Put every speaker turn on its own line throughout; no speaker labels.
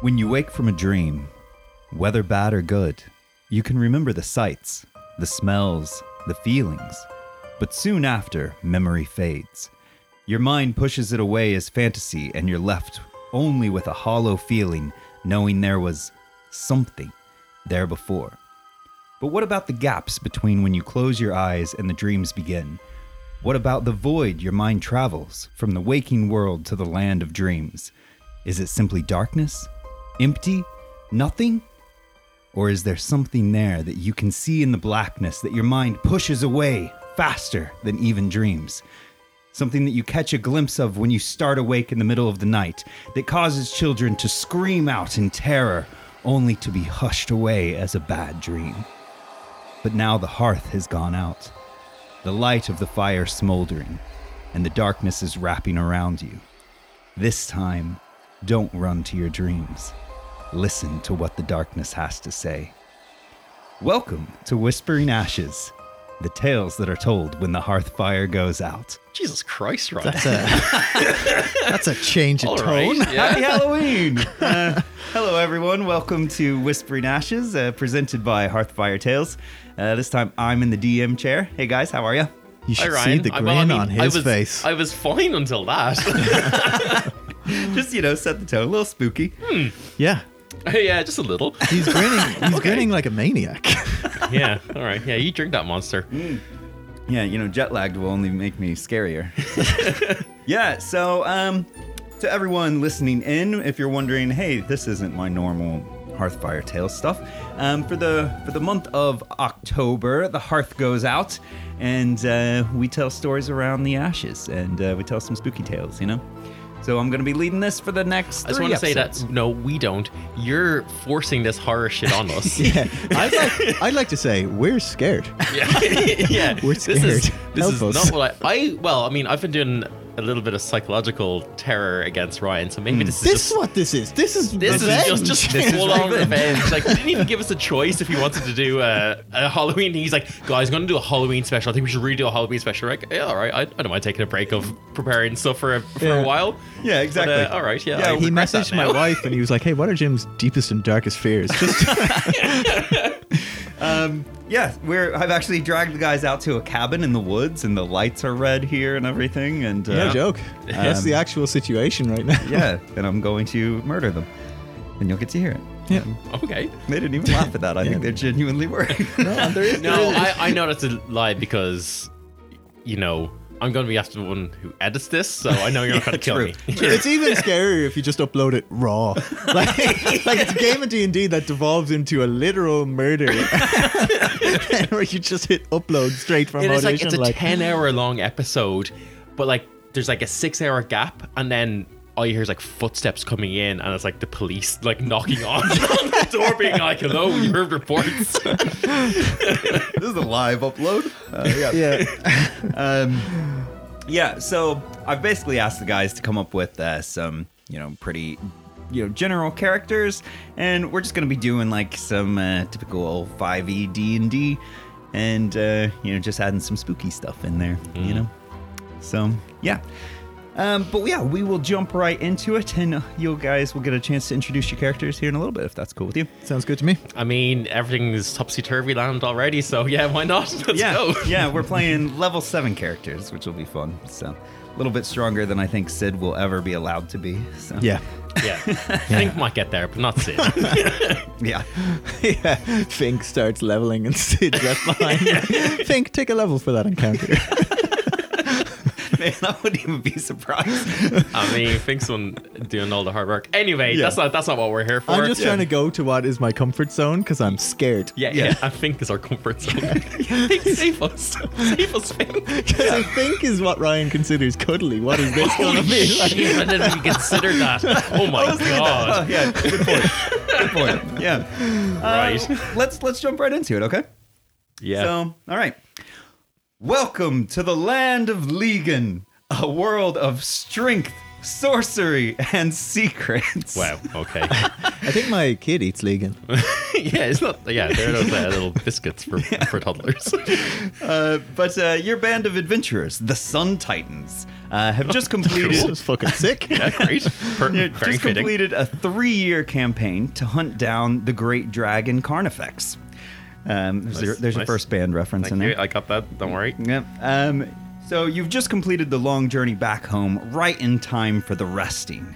When you wake from a dream, whether bad or good, you can remember the sights, the smells, the feelings. But soon after, memory fades. Your mind pushes it away as fantasy, and you're left only with a hollow feeling, knowing there was something there before. But what about the gaps between when you close your eyes and the dreams begin? What about the void your mind travels from the waking world to the land of dreams? Is it simply darkness? Empty? Nothing? Or is there something there that you can see in the blackness that your mind pushes away faster than even dreams? Something that you catch a glimpse of when you start awake in the middle of the night that causes children to scream out in terror only to be hushed away as a bad dream. But now the hearth has gone out, the light of the fire smoldering, and the darkness is wrapping around you. This time, don't run to your dreams. Listen to what the darkness has to say. Welcome to Whispering Ashes, the tales that are told when the hearth fire goes out.
Jesus Christ, Rod.
That's a that's a change of
All
tone.
right, yeah.
Happy Halloween! Uh, hello, everyone. Welcome to Whispering Ashes, uh, presented by Hearthfire Tales. Uh, this time, I'm in the DM chair. Hey, guys, how are you?
You
Hi,
should see
Ryan.
the
I-
grin
well, I mean,
on
I
his
was,
face.
I was fine until that.
Just you know, set the tone. A little spooky.
yeah,
yeah, just a little.
he's grinning. He's grinning like a maniac.
Yeah. All right. Yeah, you drink that monster.
Yeah, you know, jet lagged will only make me scarier. yeah. So, um, to everyone listening in, if you're wondering, hey, this isn't my normal Hearthfire Tales stuff. Um, for the for the month of October, the hearth goes out, and uh, we tell stories around the ashes, and uh, we tell some spooky tales. You know. So I'm gonna be leading this for the next.
I just
three
want to say
episodes.
that no, we don't. You're forcing this horror shit on us.
yeah, I'd like, I'd like to say we're scared.
yeah, yeah.
We're
This is,
scared.
this
Help
is
us.
not what I, I. Well, I mean, I've been doing a little bit of psychological terror against Ryan, so maybe this is
Hmm. This is
just.
what this is. This is
This
revenge.
is
This
just, just
is
full on
revenge.
revenge. Like, they didn't even give us a choice if he wanted to do a, a Halloween. He's like, guys, I'm going to do a Halloween special. I think we should redo a Halloween special. Like, yeah, all right. I, I don't mind taking a break of preparing stuff for a, for
Yeah.
a while.
Yeah, exactly.
But, uh, all right. Yeah.
Yeah,
I
he
regret that
messaged my
now.
wife and he was like, "Hey, what are Jim's deepest and darkest fears?" Just
Yeah, we're. I've actually dragged the guys out to a cabin in the woods, and the lights are red here and everything. And uh,
no joke. Um, That's the actual situation right now.
Yeah, and I'm going to murder them, and you'll get to hear it.
Yeah.
Okay.
They didn't even laugh at that. I
Yeah.
think they're genuinely worried.
No, there is,
No, I, I know that's a lie because, you know, I'm going to be after the one who edits this, so I know you're not going to kill
true.
me.
It's even scarier if you just upload it raw. Like, like it's a game of D and D that devolves into a literal murder, where you just hit upload straight from
It is like
audition.
it's a ten hour long episode, but like there's like a six hour gap, and then all you hear is like footsteps coming in, and it's like the police like knocking on, on the door, being like, "Hello, you heard reports."
this is a live upload. Uh, yeah.
yeah,
Yeah, so I've basically asked the guys to come up with uh, some, you know, pretty, you know, general characters, and we're just gonna be doing like some uh, typical old 5e D and D, and uh, you know, just adding some spooky stuff in there,
Mm.
you know. So yeah, um, but yeah, we will jump right into it, and uh, you guys will get a chance to introduce your characters here in a little bit, if that's cool with you.
sounds good to me.
I mean, everything is topsy turvy land already, so yeah, why not? Let's
yeah,
go.
yeah, we're playing level seven characters, which will be fun. So a little bit stronger than I think Sid will ever be allowed to be. So
Yeah,
Yeah, I think might get there, but not soon.
yeah.
yeah. Fink starts leveling and Sid's left behind. Fink, take a level for that encounter.
Man, I wouldn't even be surprised. Um,
I mean, thanks on doing all the hard work. Anyway,
Yeah.
that's not that's not what we're here for.
I'm just
yeah.
trying to go to what is my comfort zone because I'm scared.
Yeah,
Yeah.
yeah, I think is our comfort zone. Think save us, save us, Fink.
Because I think is what Ryan considers cuddly. What is this going to be? Like,
I didn't even consider that. Oh my god!
yeah, good point. Good point. Yeah.
Right?
Uh, let's let's jump right into it, okay?
yeah.
So, all right. Welcome to the land of Legan, a world of strength, sorcery, and secrets.
Wow. Okay.
I think my kid eats Legan.
yeah, it's not. Yeah, there are those uh, little biscuits for for toddlers.
Uh, but uh, your band of adventurers, the Sun Titans, uh, have just completed.
This is fucking sick.
yeah, great. Per-
Yeah,
very
just
fitting.
completed a three-year campaign to hunt down the great dragon Carnifex. Um, there's
Nice,
your, there's your
nice.
first band reference
Thank
in
you.
there.
I got that. Don't worry.
Yep. Um, so you've just completed the long journey back home, right in time for the resting.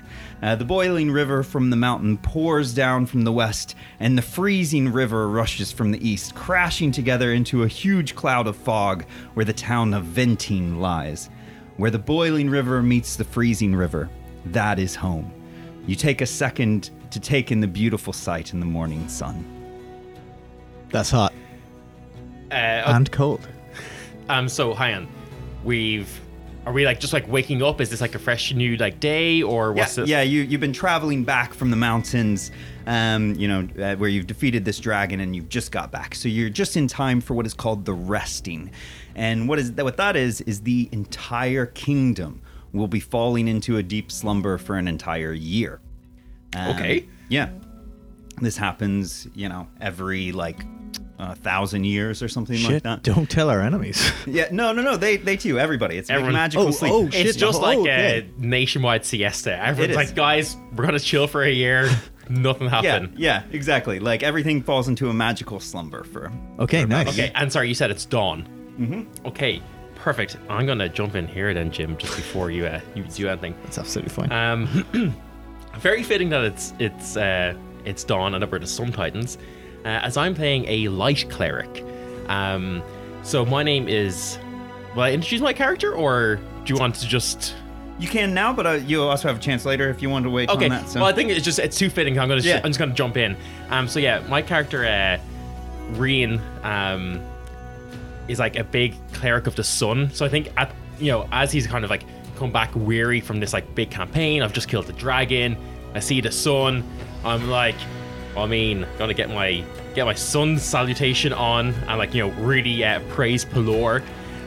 Uh, the boiling river from the mountain pours down from the west, and the freezing river rushes from the east, crashing together into a huge cloud of fog where the town of Ventine lies. Where the boiling river meets the freezing river, that is home. You take a second to take in the beautiful sight in the morning sun.
That's hot
Uh,
and cold.
um. So, Hyan, we've. Are we like just like waking up? Is this like a fresh new like day or
Yeah,
what's this?
yeah you, you've been traveling back from the mountains, um, you know, uh, where you've defeated this dragon and you've just got back. So you're just in time for what is called the resting. And what is what that is, is the entire kingdom will be falling into a deep slumber for an entire year. Um,
Okay.
Yeah. This happens, you know, every like uh, thousand years or something like
Shit,
that.
don't tell our enemies.
Yeah, no, no, no. They, they too. Everybody. It's
Everyone-
magical
Oh,
sleep.
oh,
It's
Shit,
just
oh,
like
okay.
a nationwide siesta. Everyone's
is.
like, guys, we're gonna chill for a year. Nothing
Yeah,
happened.
yeah, exactly. Like everything falls into a magical slumber for.
Okay, nice.
Okay, and sorry, you said it's dawn. Mm-hmm. Okay, perfect. I'm gonna jump in here then, Jim, just before you uh, you do anything.
That's absolutely fine.
Um, very fitting that it's it's uh, it's dawn and over to some titans, uh, as I'm playing a light cleric. Um, so my name is. Will I introduce my character, or do you want to just?
You can now, but uh, you'll also have a chance later if you want to wait
Okay.
on that. So.
Well, I think it's just it's too fitting. I'm gonna
Yeah.
I'm just gonna jump in. Um. So yeah, my character, uh, Reen, um, is like a big cleric of the sun. So I think at you know as he's kind of like come back weary from this like big campaign. I've just killed the dragon. I see the sun. I'm like, I mean, gonna get my get my sun salutation on and like you know really uh, praise Pelor.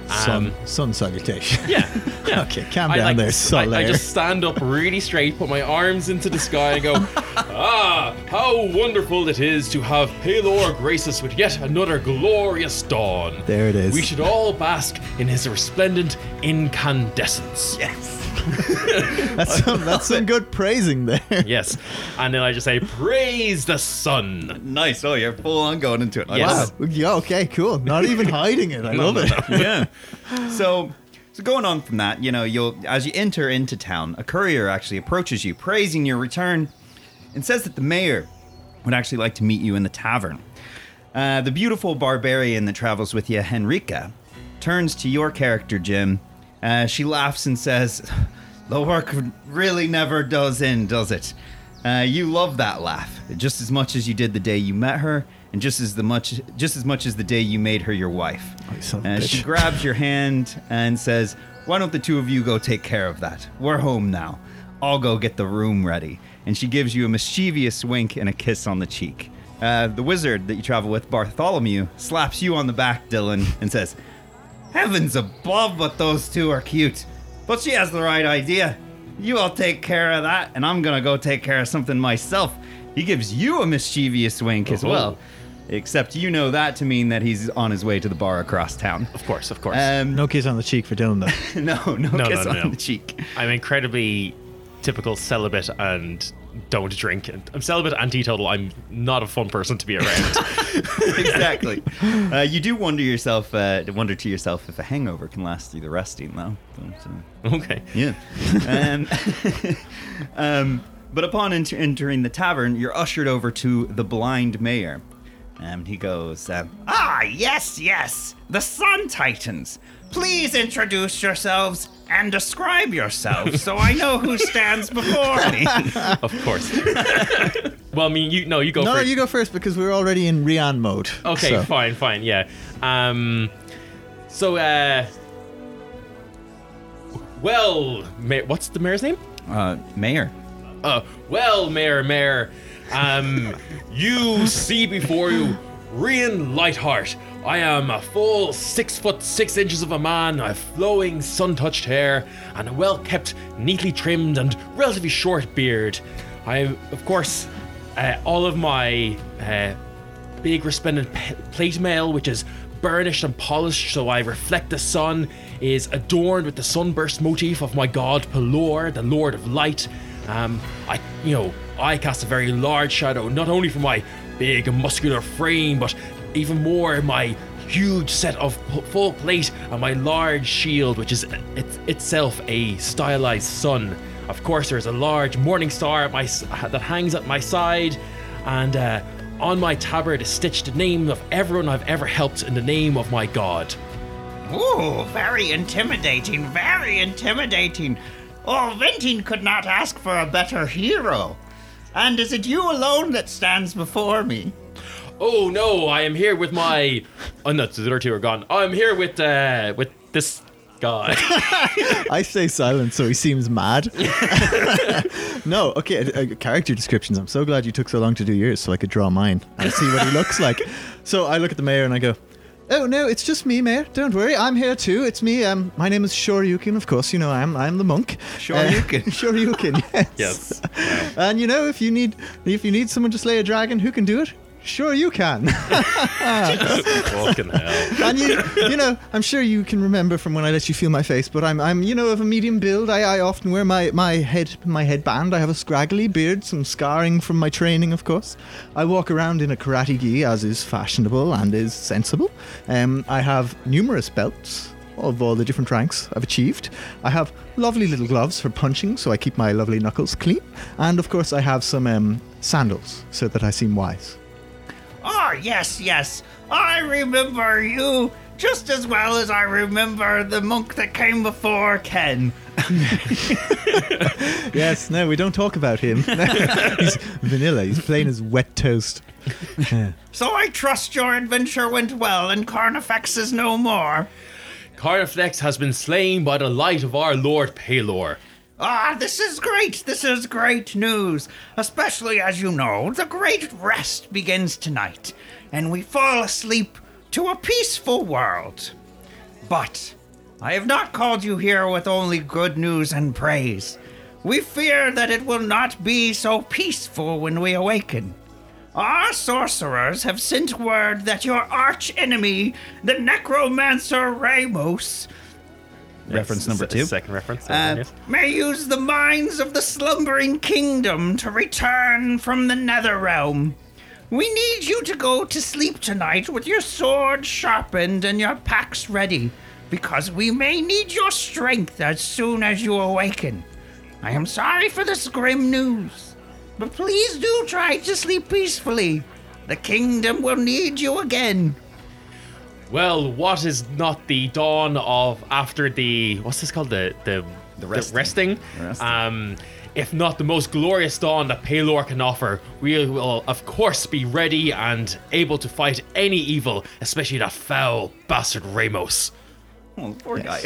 Um,
sun, sun salutation.
Yeah. yeah.
Okay, calm down there, Sol
I, I
Air.
just stand up really straight, put my arms into the sky, and go, Ah, how wonderful it is to have Palor grace us with yet another glorious dawn.
There it is.
We should all bask in his resplendent incandescence.
yes.
That's some, that's some good praising there.
Yes. And then I just say, Praise the sun.
Nice. Oh, you're full on going into it. I
Yes.
love
Wow.
it.
Yeah, okay, cool. Not even hiding it. I love it.
yeah. So, so going on from that, you know, you'll as you enter into town, a courier actually approaches you, praising your return, and says that the mayor would actually like to meet you in the tavern. Uh, the beautiful barbarian that travels with you, Henrica, turns to your character, Jim. Uh, she laughs and says, "The work really never does end, does it?" Uh, you love that laugh just as much as you did the day you met her, and just as the much just as much as the day you made her your wife.
Oh, You son of a
Uh, she
bitch.
grabs your hand and says, Why don't the two of you go take care of that? We're home now. I'll go get the room ready. And she gives you a mischievous wink and a kiss on the cheek. Uh, the wizard that you travel with, Bartholomew, slaps you on the back, Dylan, and says, Heavens above, but those two are cute. But she has the right idea. You all take care of that, and I'm gonna go take care of something myself. He gives you a mischievous wink as
Oh.
well. Except you know that to mean that he's on his way to the bar across town.
Of course, of course.
Um, no,
No kiss on the cheek for Dylan, though.
no, no,
no,
kiss
no,
on
no.
the cheek.
I'm incredibly typical celibate and don't drink. I'm celibate and teetotal. I'm not a fun person to be around.
exactly. Uh, you do wonder yourself, uh, wonder to yourself if a hangover can last through the resting, though. But, uh,
okay.
Yeah. um, um, but upon ent- entering the tavern, you're ushered over to the blind mayor. And he goes, um, Ah, yes, yes, the Sun Titans. Please introduce yourselves and describe yourselves so I know who stands before me.
Of course. well, I mean, you no, you go
No, no,
first.
you go first because we're already in Rian mode.
okay,
so.
fine, fine, yeah. Um, so, uh, well, ma- what's the mayor's name?
Uh, mayor.
Uh, well, mayor, mayor, um, you see before you Rian Lightheart. I am a full six foot six inches of a man, I have flowing sun touched hair, and a well kept, neatly trimmed, and relatively short beard. I, of course, uh, all of my uh, big resplendent p- plate mail, which is burnished and polished so I reflect the sun, is adorned with the sunburst motif of my god Pelor, the Lord of Light. Um, I, you know, I cast a very large shadow, not only from my big and muscular frame, but even more my huge set of p- full plate and my large shield, which is it- itself a stylized sun. Of course, there is a large morning star at my s- that hangs at my side, and uh, on my tabard is stitched the name of everyone I've ever helped in the name of my god.
Ooh, very intimidating, very intimidating. Oh, Ventin could not ask for a better hero. And is it you alone that stands before me?
Oh no, I am here with my. Oh no, the other two are gone. I'm here with uh, with this guy.
I stay silent, so he seems mad. no, okay. Uh, character descriptions. I'm so glad you took so long to do yours, so I could draw mine and see what he looks like. So I look at the mayor and I go, "Oh no, it's just me, mayor. Don't worry, I'm here too. It's me. Um, my name is Shoryukin. Of course, you know I'm I'm the monk.
Shoryuken.
Uh, Shoryuken. Yes.
yes.
And you know, if you need if you need someone to slay a dragon, who can do it? Sure, you can.
Fucking hell.
and you, you know, I'm sure you can remember from when I let you feel my face, but I'm, I'm, you know, of a medium build. I, I often wear my, my head, my headband. I have a scraggly beard, some scarring from my training, of course. I walk around in a karate gi, as is fashionable and is sensible. Um, I have numerous belts of all the different ranks I've achieved. I have lovely little gloves for punching, so I keep my lovely knuckles clean. And of course, I have some um, sandals, so that I seem wise.
Oh, yes, yes. I remember you just as well as I remember the monk that came before Ken.
Yes, no, we don't talk about him. he's vanilla. He's plain as wet toast.
So I trust your adventure went well and Carnifex is no more.
Carniflex has been slain by the light of our Lord Palor.
Ah, this is great. This is great news. Especially as you know, the great rest begins tonight, and we fall asleep to a peaceful world. But I have not called you here with only good news and praise. We fear that it will not be so peaceful when we awaken. Our sorcerers have sent word that your arch enemy, the necromancer Ramos,
Reference number
S-
two.
Second reference.
uh, may use the minds of the slumbering kingdom to return from the nether realm. We need you to go to sleep tonight with your sword sharpened and your packs ready, because we may need your strength as soon as you awaken. I am sorry for this grim news, but please do try to sleep peacefully. The kingdom will need you again.
Well, what is not the dawn of after the what's this called the the the
resting. The resting.
Um, if not the most glorious dawn that Palor can offer, we will of course be ready and able to fight any evil, especially that foul bastard Ramos.
Oh, poor guy.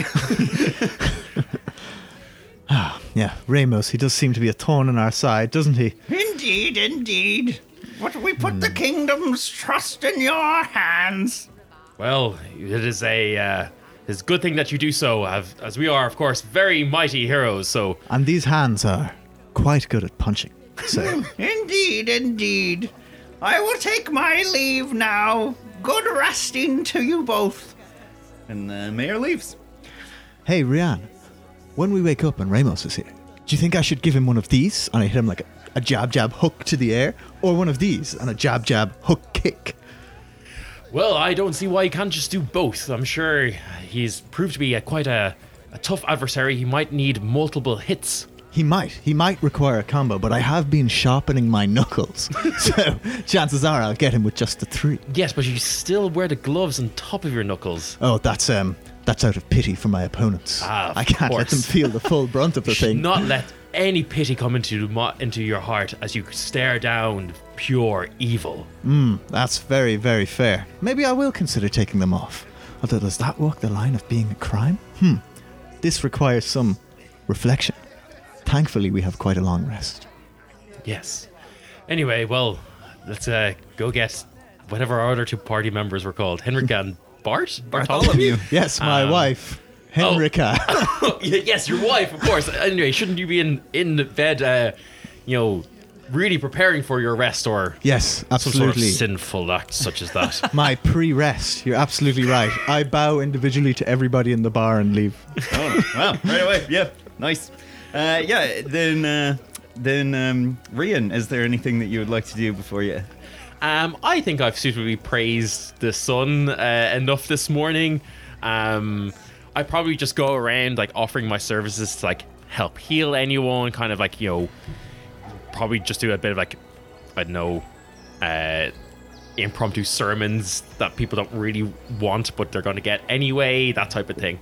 Yeah, Ramos. He does seem to be a thorn in our side, doesn't he?
Indeed, indeed. But we put the
Hmm.
kingdom's trust in your hands.
Well, it is a uh, it's a good thing that you do so, av- as we are of course very mighty heroes. So
And these hands are quite good at punching. So,
Indeed, indeed. I will take my leave now. Good resting to you both.
and the mayor leaves.
hey, Rian, when we wake up and Ramos is here, do you think I should give him one of these and I hit him like a, a jab jab hook to the air, or one of these and a jab jab hook kick?
Well, I don't see why he can't just do both. I'm sure he's proved to be a, quite a, a tough adversary. He might need multiple hits.
He might. He might require a combo, but I have been sharpening my knuckles. so chances are I'll get him with just the three.
Yes, but you still wear the gloves on top of your knuckles.
Oh, that's um that's out of pity for my opponents.
Ah, of
I can't let them
course.
feel the full brunt of the
Do
thing.
Not let any pity come into mo- into your heart as you stare down pure evil.
That's very, very fair. Maybe I will consider taking them off. Although does that walk the line of being a crime? Hmm. This requires some reflection. Thankfully we have quite a long rest.
Yes. Anyway, well, let's uh, go get whatever our other two party members were called, Henrik and Bart?
Bartholomew.
Yes,
Um,
my wife,
oh.
Henrika.
Y- yes, your wife, of course. Anyway, shouldn't you be in in the bed, uh, you know, really preparing for your rest or
yes,
some sort of
absolutely.
sinful act such as that?
my pre-rest. You're absolutely right. I bow individually to everybody in the bar and leave.
Oh, wow. Right away. Yeah. Nice. Uh, yeah. Then, uh, then, um, Rian, is there anything that you would like to do before you?
um, I think I've suitably praised the sun uh, enough this morning. Um, I probably just go around like offering my services to like help heal anyone, kind of like you know, probably just do a bit of like I don't know. Uh, impromptu sermons that people don't really want but they're going to get anyway that type of thing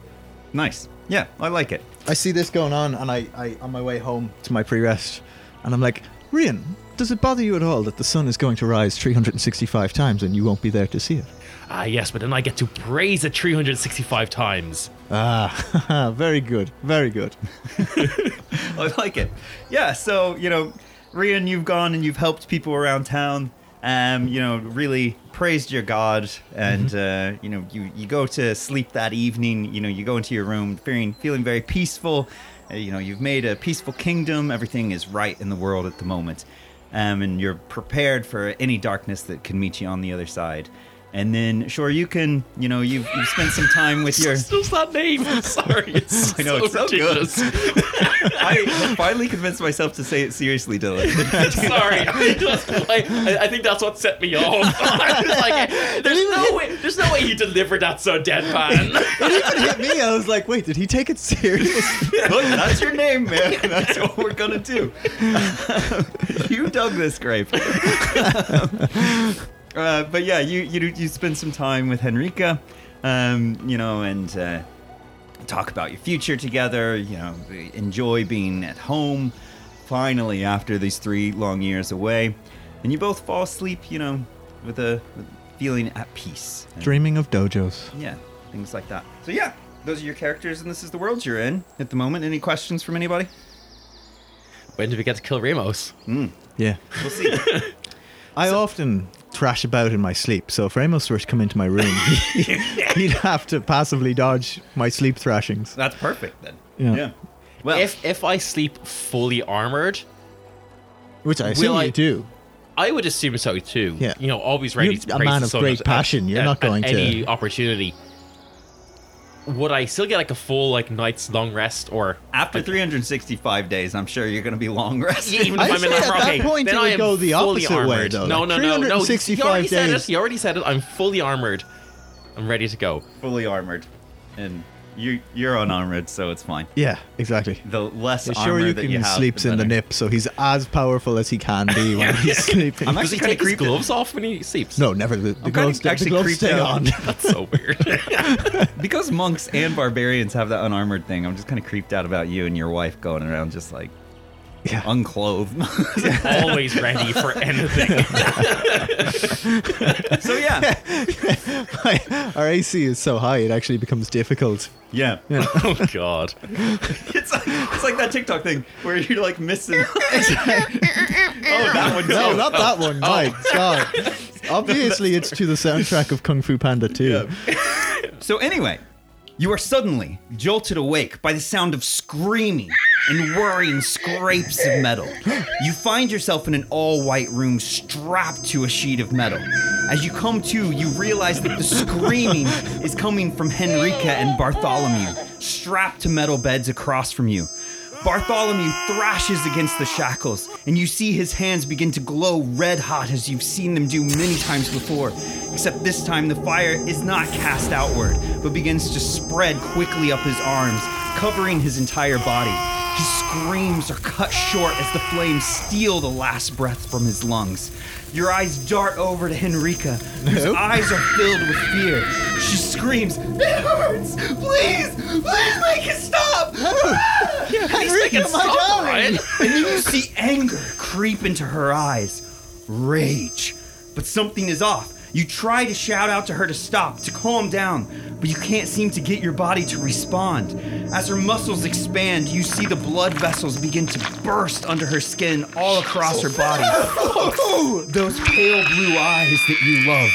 Nice. Yeah, I like it.
I see this going on, and I, I on my way home to my pre-rest, and I'm like, Rian, does it bother you at all that the sun is going to rise 365 times and you won't be there to see it?
Ah, yes, but then I get to praise it 365 times.
Ah, very good, very good.
I like it. Yeah. So you know, Rian, you've gone and you've helped people around town. Um, you know, really praised your God, and uh, you know, you you go to sleep that evening. You know, you go into your room feeling feeling very peaceful. Uh, you know, you've made a peaceful kingdom. Everything is right in the world at the moment, um, and you're prepared for any darkness that can meet you on the other side. And then, sure, you can. You know, you've you've spent some time with your.
It's just that name. I'm sorry. It's
I know, it's so good.
ridiculous.
I finally convinced myself to say it seriously, Dylan.
sorry. I, just, I, I- I think that's what set me off. I was like, there's no way. There's no way he delivered that so deadpan.
it hit me. I was like, wait, did he take it serious?
Look, that's your name, man. That's what we're gonna do. you dug this grape. uh, but yeah, you you you spend some time with Henrika, um, you know, and uh, talk about your future together. You know, enjoy being at home. Finally, after these three long years away, and you both fall asleep. You know, with a with feeling at peace. And-
Dreaming of dojos.
yeah, things like that. So yeah, those are your characters, and this is the world you're in at the moment. Any questions from anybody?
when did we get to kill Ramos?
Yeah.
We'll see.
I often thrash about in my sleep, so if Ramos were to come into my room, he'd have to passively dodge my sleep thrashings.
That's perfect then.
Yeah.
Well,
If if I sleep fully armored,
Which I assume
Will I-
you do.
I would assume so too.
Yeah.
You know, always ready
You're
to
a
praise
man
the
of
sun
great
at-
passion. You're
at-
not going
at
to-
any opportunity. Would I still get like a full like night's long rest or
after 365 days, I'm sure you're going to be long rested.
even
I
if I'm in
say
that
at
rock,
that
okay,
point
then
it
I
would
am
go the
fully
opposite way,
armored.
though,
No,
like
no, no, no. You
365
already said
days.
it. You already said it. I'm fully armored. I'm ready to go.
fully armored, and you you're unarmored, so it's fine.
Yeah, exactly.
The less
Yeah,
armor
sure, you
that
can
you have,
sleeps in the
better.
nip, so he's as powerful as he can be when he's sleeping.
I'm
Does
actually
he
kinda
take his
creeped that-
gloves off when he sleeps?
no, never. The, the
I'm
gloves,
kinda
the
actually
gloves
creeped
stay
out.
on.
That's so weird.
Because monks and barbarians have that unarmored thing. I'm just kind of creeped out about you and your wife going around just like
Yeah.
unclothed.
Always ready for anything.
so yeah,
Our AC is so high, it actually becomes difficult.
yeah.
oh god.
It's like, it's like that TikTok thing where you're like missing. oh, that one.
No,
too.
not that one. My God. Obviously, it's to the soundtrack of Kung Fu Panda 2.
So anyway, you are suddenly jolted awake by the sound of screaming and whirring scrapes of metal. You find yourself in an all-white room strapped to a sheet of metal. As you come to, you realize that the screaming is coming from Henrica and Bartholomew, strapped to metal beds across from you. Bartholomew thrashes against the shackles, and you see his hands begin to glow red hot as you've seen them do many times before. Except this time, the fire is not cast outward, but begins to spread quickly up his arms, covering his entire body. His screams are cut short as the flames steal the last breath from his lungs. Your eyes dart over to Henrika, whose
No.
eyes are filled with fear. She screams, It hurts! Please! Please make it stop!
Henrika, my darling!
And then you see anger creep into her eyes, rage. But something is off. You try to shout out to her to stop, to calm down, but you can't seem to get your body to respond. As her muscles expand, you see the blood vessels begin to burst under her skin all across her body. Those pale blue eyes that you love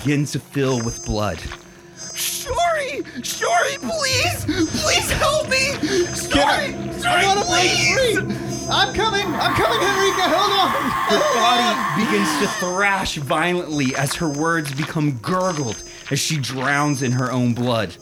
begin to fill with blood. Shori! Shori, please! Please help me! Shori!
I
Shori,
gotta break
please!
free! I'm coming! I'm coming, Henrika! Hold on!
Her body begins to thrash violently as her words become gurgled as she drowns in her own blood.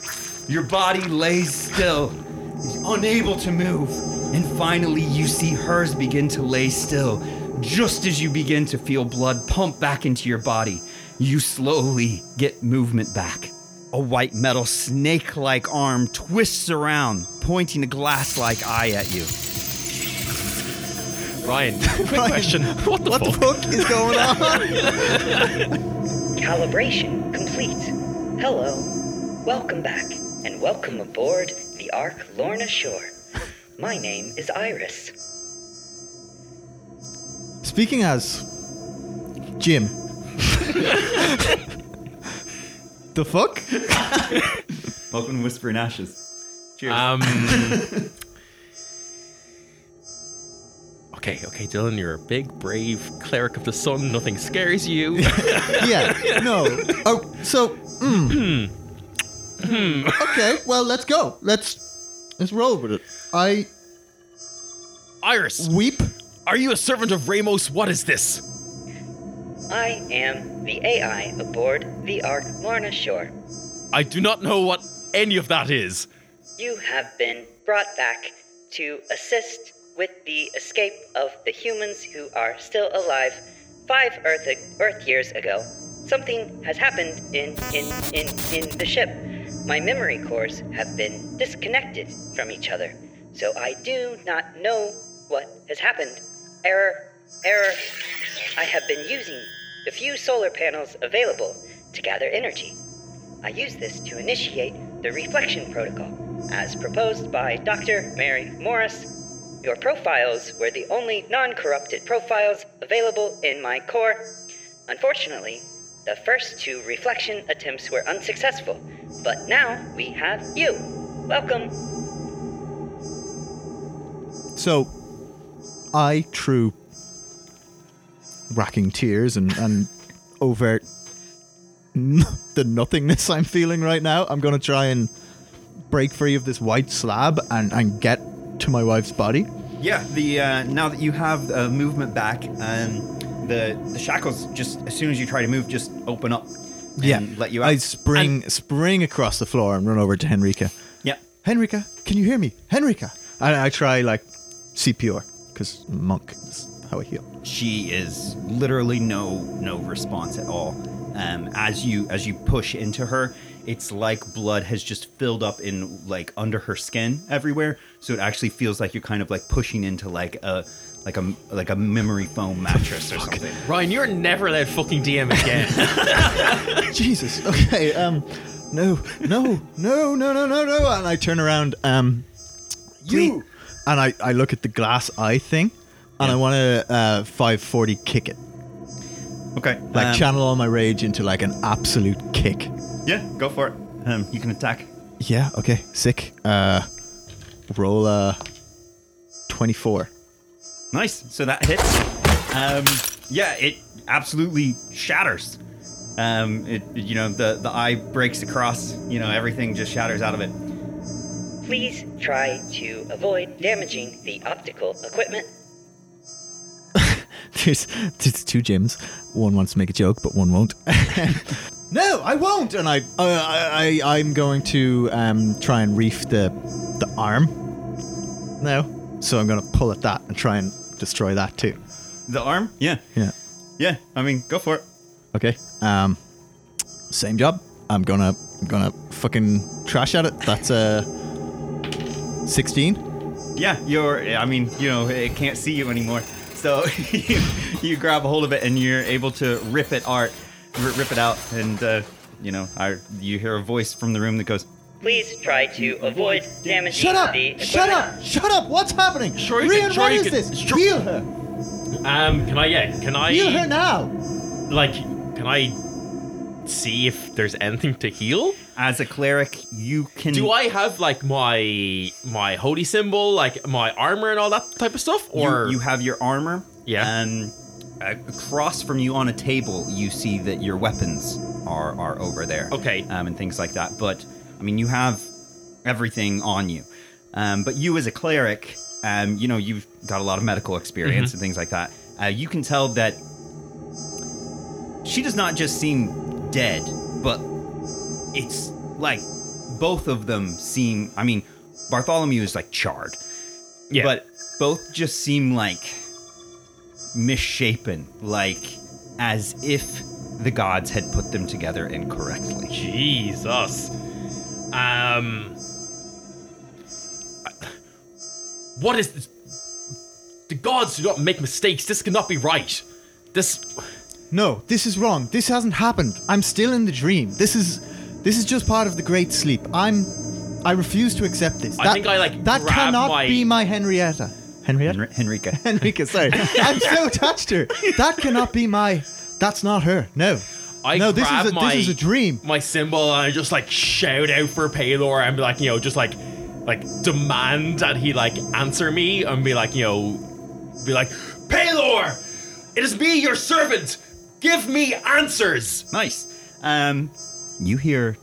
Your body lays still, is unable to move, and finally you see hers begin to lay still. Just as you begin to feel blood pump back into your body, you slowly get movement back. A white metal snake like arm twists around, pointing a glass like eye at you.
Ryan, quick question. What the
What the
fuck?
fuck is going on?
Calibration complete. Hello. Welcome back, and welcome aboard the Ark Lorna Shore. My name is Iris.
Speaking as Jim. the fuck?
Welcome to Whisper and Ashes.
Um. okay, okay, Dylan, you're a big, brave cleric of the sun. Nothing scares you.
Yeah. No. Oh, so. Mm. Hmm. okay. Well, let's go. Let's let's roll with it. I
Iris,
weep.
are you a servant of Ramos? What is this?
I am the AI aboard the Ark Lorna Shore.
I do not know what any of that is.
You have been brought back to assist with the escape of the humans who are still alive five Earth, Earth years ago. Something has happened in, in, in, in the ship. My memory cores have been disconnected from each other, so I do not know what has happened. Error, error. I have been using the few solar panels available to gather energy. I use this to initiate the reflection protocol, as proposed by Dr. Mary Morris. Your profiles were the only non corrupted profiles available in my core. Unfortunately, the first two reflection attempts were unsuccessful, but now we have you. Welcome.
So, I true racking tears and and overt n- the nothingness I'm feeling right now. I'm gonna try and break free of this white slab and and get to my wife's body.
Yeah, the uh, now that you have uh, movement back, um, the the shackles just as soon as you try to move, just open up. And let you out.
I spring spring across the floor and run over to Henrika.
yeah,
Henrika, can you hear me? Henrika. And I try like CPR because monk is how I heal.
she is literally no no response at all. Um, as you as you push into her, it's like blood has just filled up in like under her skin everywhere. So it actually feels like you're kind of like pushing into like a like a like a memory foam mattress or something.
Ryan, you're never allowed fucking DM again.
Jesus. Okay. Um. No. No. No. No. No. No. No. And I turn around. Um. You. And I I look at the glass eye thing, and I want to uh 540 kick it.
Okay,
Like
um,
channel all my rage into like an absolute kick.
yeah, go for it. Um, you can attack.
Yeah. Okay. Sick. Uh. Roll uh, a. 24.
Nice. So that hits. Um, yeah, it absolutely shatters. Um, it you know the the eye breaks across. You know everything just shatters out of it.
Please try to avoid damaging the optical equipment.
there's, there's two gyms. One wants to make a joke, but one won't. no, I won't. And I, uh, I, I, I'm going to um, try and reef the, the arm. No, so I'm going to pull at that and try and destroy that too.
The arm. Yeah.
Yeah.
Yeah. I mean, go for it.
Okay. Um, same job. I'm gonna, I'm gonna fucking trash at it. That's a sixteen.
Yeah. You're. I mean, you know, it can't see you anymore. So you, you grab a hold of it and you're able to rip it art, r- rip it out, and uh, you know, I you hear a voice from the room that goes,
Please try to avoid damaging
Shut up!
the equipment.
Shut up! Shut up! What's happening?
Sure you
Rian,
can, sure
what
you
is
can,
this?
sure-
Heal her!
um, can I? Yeah, can
Heal her
I?
now!
Like, can I see if there's anything to heal?
As a cleric, you can.
Do I have like my my holy symbol, like my armor and all that type of stuff?
You-
Or
you, have your armor.
Yeah.
And a- across from you on a table, you see that your weapons are are over there.
Okay.
Um, and things like that. But I mean, you have everything on you. Um, but you as a cleric, um, you know, you've got a lot of medical
Mm-hmm.
experience and things like that. Uh, you can tell that she does not just seem dead, but it's like both of them seem. I mean, Bartholomew is like charred
yeah.
but both just seem like misshapen, like as if the gods had put them together incorrectly.
Jesus. Um. What is this? The gods do not make mistakes. This cannot be right. This.
No, this is wrong. This hasn't happened. I'm still in the dream. This is this is just part of the great sleep. I'm I refuse to accept this.
I think I, like,
That
grabbed
cannot
my-
be my Henrietta. Henrietta?
Henri- Henrica,
Henrica, sorry. I'm so touched her. That cannot be my that's not her. No.
I
no, this
grab
is a
my,
this is a dream.
My symbol, and I just like shout out for Paylor and be like, you know, just like, like demand that he like answer me and be like, you know, be like, Paylor, it is me, your servant. Give me answers.
nice. Um, you hear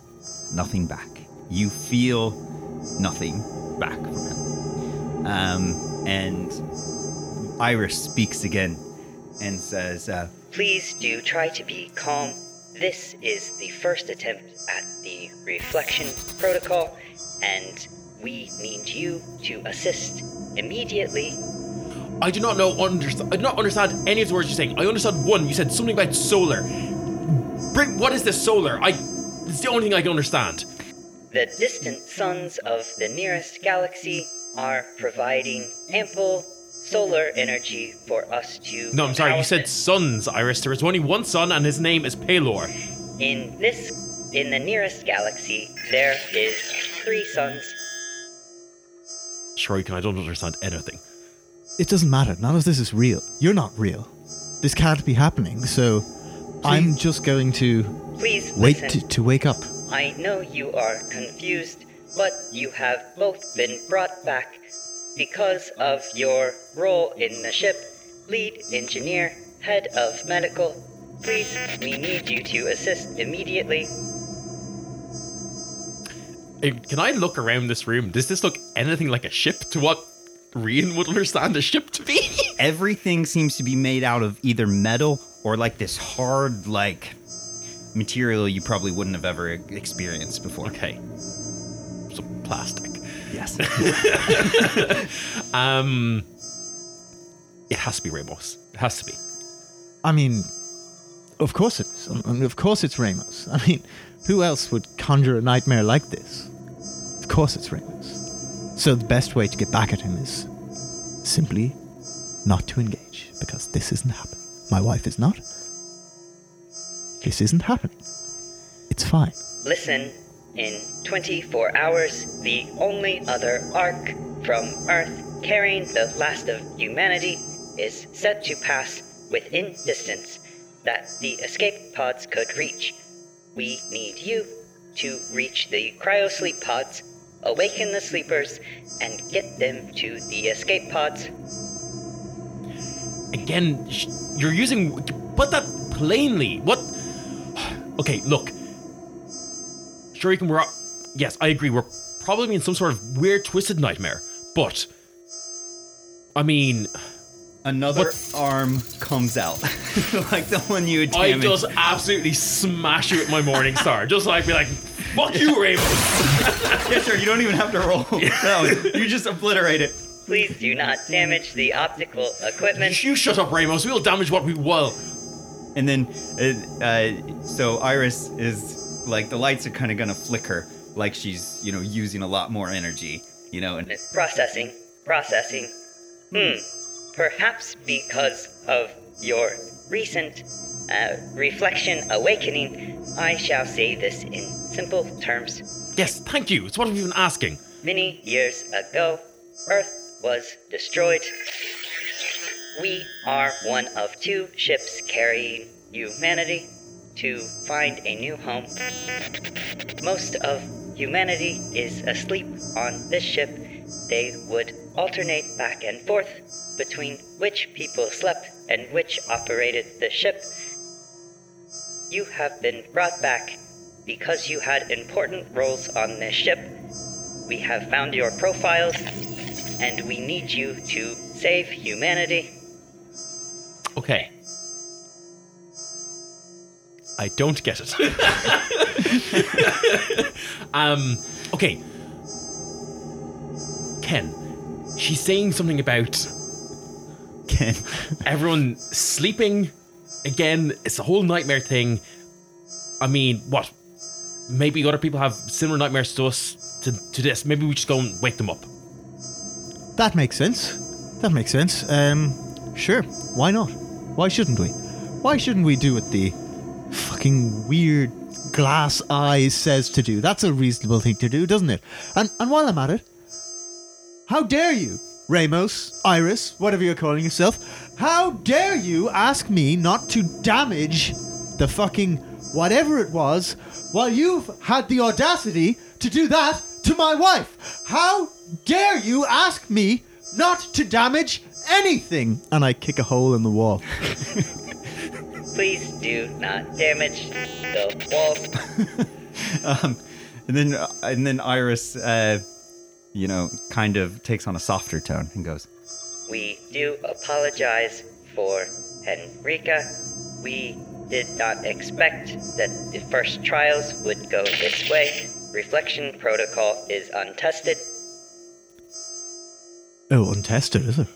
nothing back. You feel nothing back from him. Um, and Iris speaks again and says, uh,
Please do try to be calm. This is the first attempt at the reflection protocol, and we need you to assist immediately.
I do not know understand. I do not understand any of the words you're saying. I understand one. You said something about solar. Bring what is this solar? I. It's the only thing I can understand.
The distant suns of the nearest galaxy are providing ample solar energy for us to.
No, I'm sorry. You said
power-
suns, Iris. There is only one sun, and his name is Palor.
In this, in the nearest galaxy, there is three suns.
Shuriken, I don't understand anything.
It doesn't matter. None of this is real. You're not real. This can't be happening. So I'm just going to
Please
wait
listen.
to, to wake up.
I know you are confused, but you have both been brought back because of your role in the ship. Lead engineer, head of medical. Please, we need you to assist immediately.
Uh, Can I look around this room? Does this look anything like a ship to what Rian would understand a ship to be?
everything seems to be made out of either metal or like this hard like material you probably wouldn't have ever e-, experienced before.
okay. Some plastic.
Yes.
Um. It has to be Ramos. It has to be.
I mean, of course it is. I mean, of course it's Ramos. I mean, who else would conjure a nightmare like this? Of course it's Ramos. So the best way to get back at him is simply not to engage, because this isn't happening. My wife is not. This isn't happening. It's fine.
Listen, in 24 hours, the only other ark from Earth carrying the last of humanity is set to pass within distance that the escape pods could reach. We need you to reach the cryosleep pods, awaken the sleepers, and get them to the escape pods.
again sh- you're using put that plainly what okay look shuriken we're yes i agree we're probably in some sort of weird twisted nightmare but i mean
Another
What? Oh,
arm comes out, like the one you had
i
damaged.
just absolutely smash you with my morning star just like be like fuck you Ramos.
Yeah, sure. You don't even have to roll. That one. You just obliterate it.
Please do not damage the optical equipment.
you shut up Ramos. we'll damage what we will
And then, uh, uh, so Iris is like the lights are kind of gonna flicker, like she's you know using a lot more energy, you know. And
Processing. Processing. Hmm. Perhaps because of your recent uh, reflection awakening, I shall say this in simple terms.
yes thank you it's what i've been asking
Many years ago, Earth was destroyed. We are one of two ships carrying humanity. to find a new home. Most of humanity is asleep on this ship. They would alternate back and forth between which people slept and which operated the ship. You have been brought back because you had important roles on this ship. We have found your profiles, and we need you to save humanity.
Okay. I don't get it. um, okay. Ken, she's saying something about
Ken.
everyone sleeping again. It's a whole nightmare thing. I mean, what? Maybe other people have similar nightmares to us, to, to this. Maybe we just go and wake them up.
That makes sense. That makes sense. Um, sure. Why not? Why shouldn't we? Why shouldn't we do what the fucking weird glass eye says to do? That's a reasonable thing to do, doesn't it? And and while I'm at it, how dare you, Ramos, Iris, whatever you're calling yourself? How dare you ask me not to damage the fucking whatever it was while you've had the audacity to do that to my wife? How dare you ask me not to damage anything? And I kick a hole in the wall.
Please do not damage the walls.
Um, And then uh, and then Iris, uh, you know, kind of takes on a softer tone and goes,
We do apologize for Henrika. We did not expect that the first trials would go this way. Reflection protocol is untested.
Oh, untested, is it?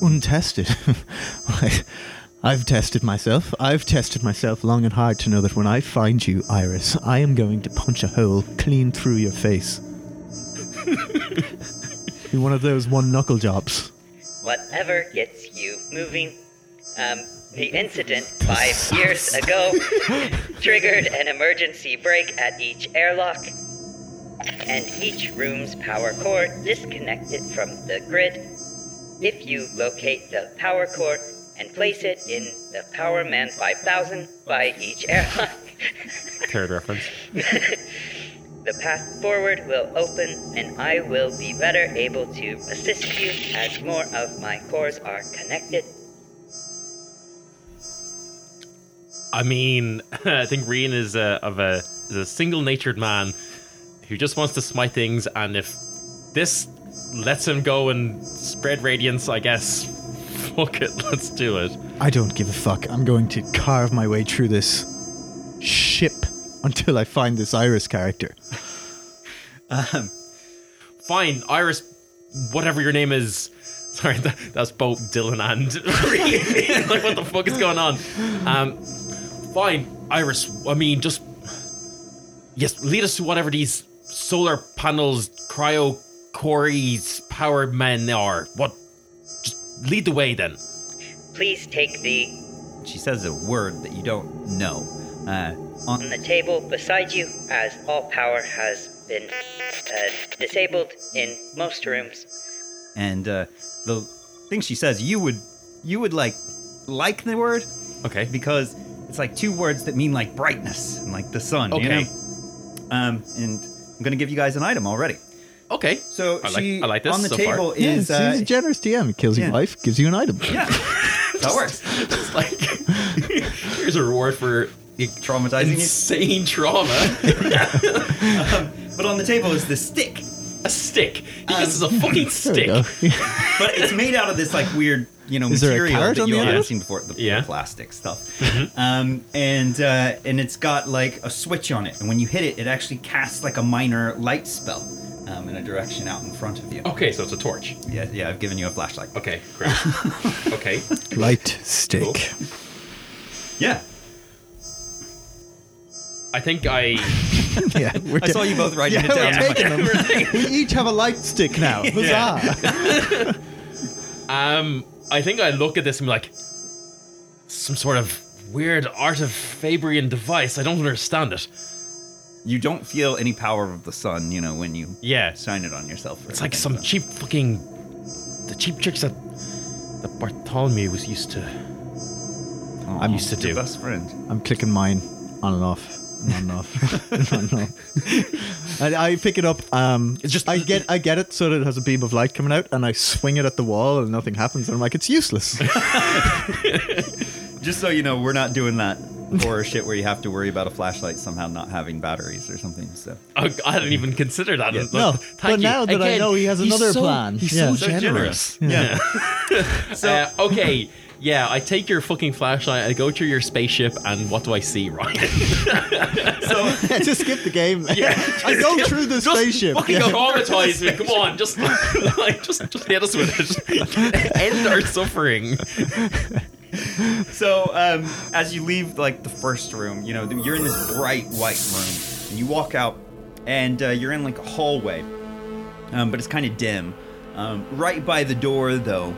Untested. Right. I've tested myself. I've tested myself long and hard to know that when I find you, Iris, I am going to punch a hole clean through your face. Be one of those one knuckle jobs.
Whatever gets you moving. Um, the incident five years ago triggered an emergency break at each airlock, and each room's power core disconnected from the grid. If you locate the power core and place it in the Power Man 5000 by each airlock,
Third reference.
the path forward will open, and I will be better able to assist you as more of my cores are connected.
I mean, I think Rian is a, of a is a single-natured man who just wants to smite things, and if this lets him go and spread radiance, I guess, fuck it, let's do it.
I don't give a fuck. I'm going to carve my way through this ship until I find this Iris character.
Fine, Iris, whatever your name is. Sorry, that, that's both Dylan and Rian. like, what the fuck is going on? Um, fine, Iris. I mean, just yes, lead us to whatever these solar panels, cryo quarries, power men are. What? Just lead the way then.
Please take the
She says a word that you don't know. Uh,
on
on,
the table beside you as all power has been uh, disabled in most rooms.
and uh, the thing she says, you would you would like like the word
Okay.
because it's like two words that mean like brightness and like the sun. You
Okay.
know? Um, and I'm gonna give you guys an item already.
Okay.
So
I like-
she
I like this
on the
so far.
table
Yeah,
is
he's-
uh,
he's a generous DM. He kills
yeah.
your wife, gives you an item.
yeah, that works.
It's like here's a reward for
Traumatizing you.
insane trauma.
But on the table is this stick,
a stick. He
Um,
gets a fucking
There we
stick.
go.
but it's made out of this like weird, you know,
Is there a
material
carrot
that
on
you
the
all
end of
haven't
it?
seen before, the
Yeah. Mm-hmm.
plastic stuff. Um, and uh, and it's got like a switch on it, and when you hit it, it actually casts like a minor light spell um, in a direction out in front of you.
Okay, so it's a torch.
Yeah, yeah, I've given you a flashlight.
Okay, great. okay.
Light stick.
Yeah,
I think I
Yeah, we're
I saw you both writing
Yeah,
it down.
we're taking them. we each have a light stick now. Huzzah!
um I think I look at this and be like some sort of weird art of Fabrian device. I don't understand it.
You don't feel any power of the sun, you know, when you
Yeah.
shine it on yourself. or
It's like
anything,
some
so.
cheap fucking the cheap tricks that that Bartholomew was used to
Aw,
I'm used to
your
do.
best friend.
I'm clicking mine. on and off, and on and off, and on and off. And I pick it up. Um,
It's just-
I get I get it so that it has a beam of light coming out, and I swing it at the wall, and nothing happens. And I'm like, it's useless.
Just so you know, we're not doing that horror shit where you have to worry about a flashlight somehow not having batteries or something. So
I, I didn't even consider that. Look,
No,
thank
but
you.
now that I
Again,
know he has
he's
another
so-
plan.
He's
Yeah.
so
So
generous.
yeah.
Uh, okay, yeah, I take your fucking flashlight, I go through your spaceship, and what do I see, Ryan?
just skip the game. I go through the
Just
spaceship.
Fucking
yeah.
traumatize me. Come on, just like just just hit us with it. End our suffering.
So um, as you leave like the first room, you know you're in this bright white room, and you walk out, and uh, you're in like a hallway, um, but it's kind of dim. Um, right by the door, though,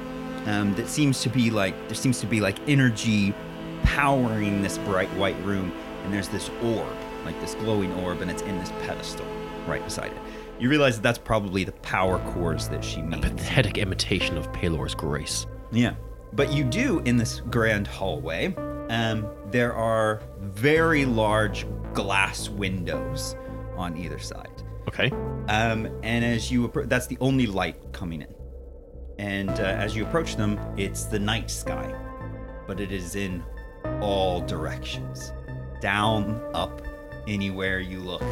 um, that seems to be like there seems to be like energy powering this bright white room, and there's this orb, like this glowing orb, and it's in this pedestal right beside it. You realize that that's probably the power cores that she needs.
Pathetic imitation of Palor's grace.
Yeah. But you do in this grand hallway. Um, there are very large glass windows on either side.
Okay.
Um, and as you appro- that's the only light coming in. And uh, as you approach them, it's the night sky, but it is in all directions down, up, anywhere you look.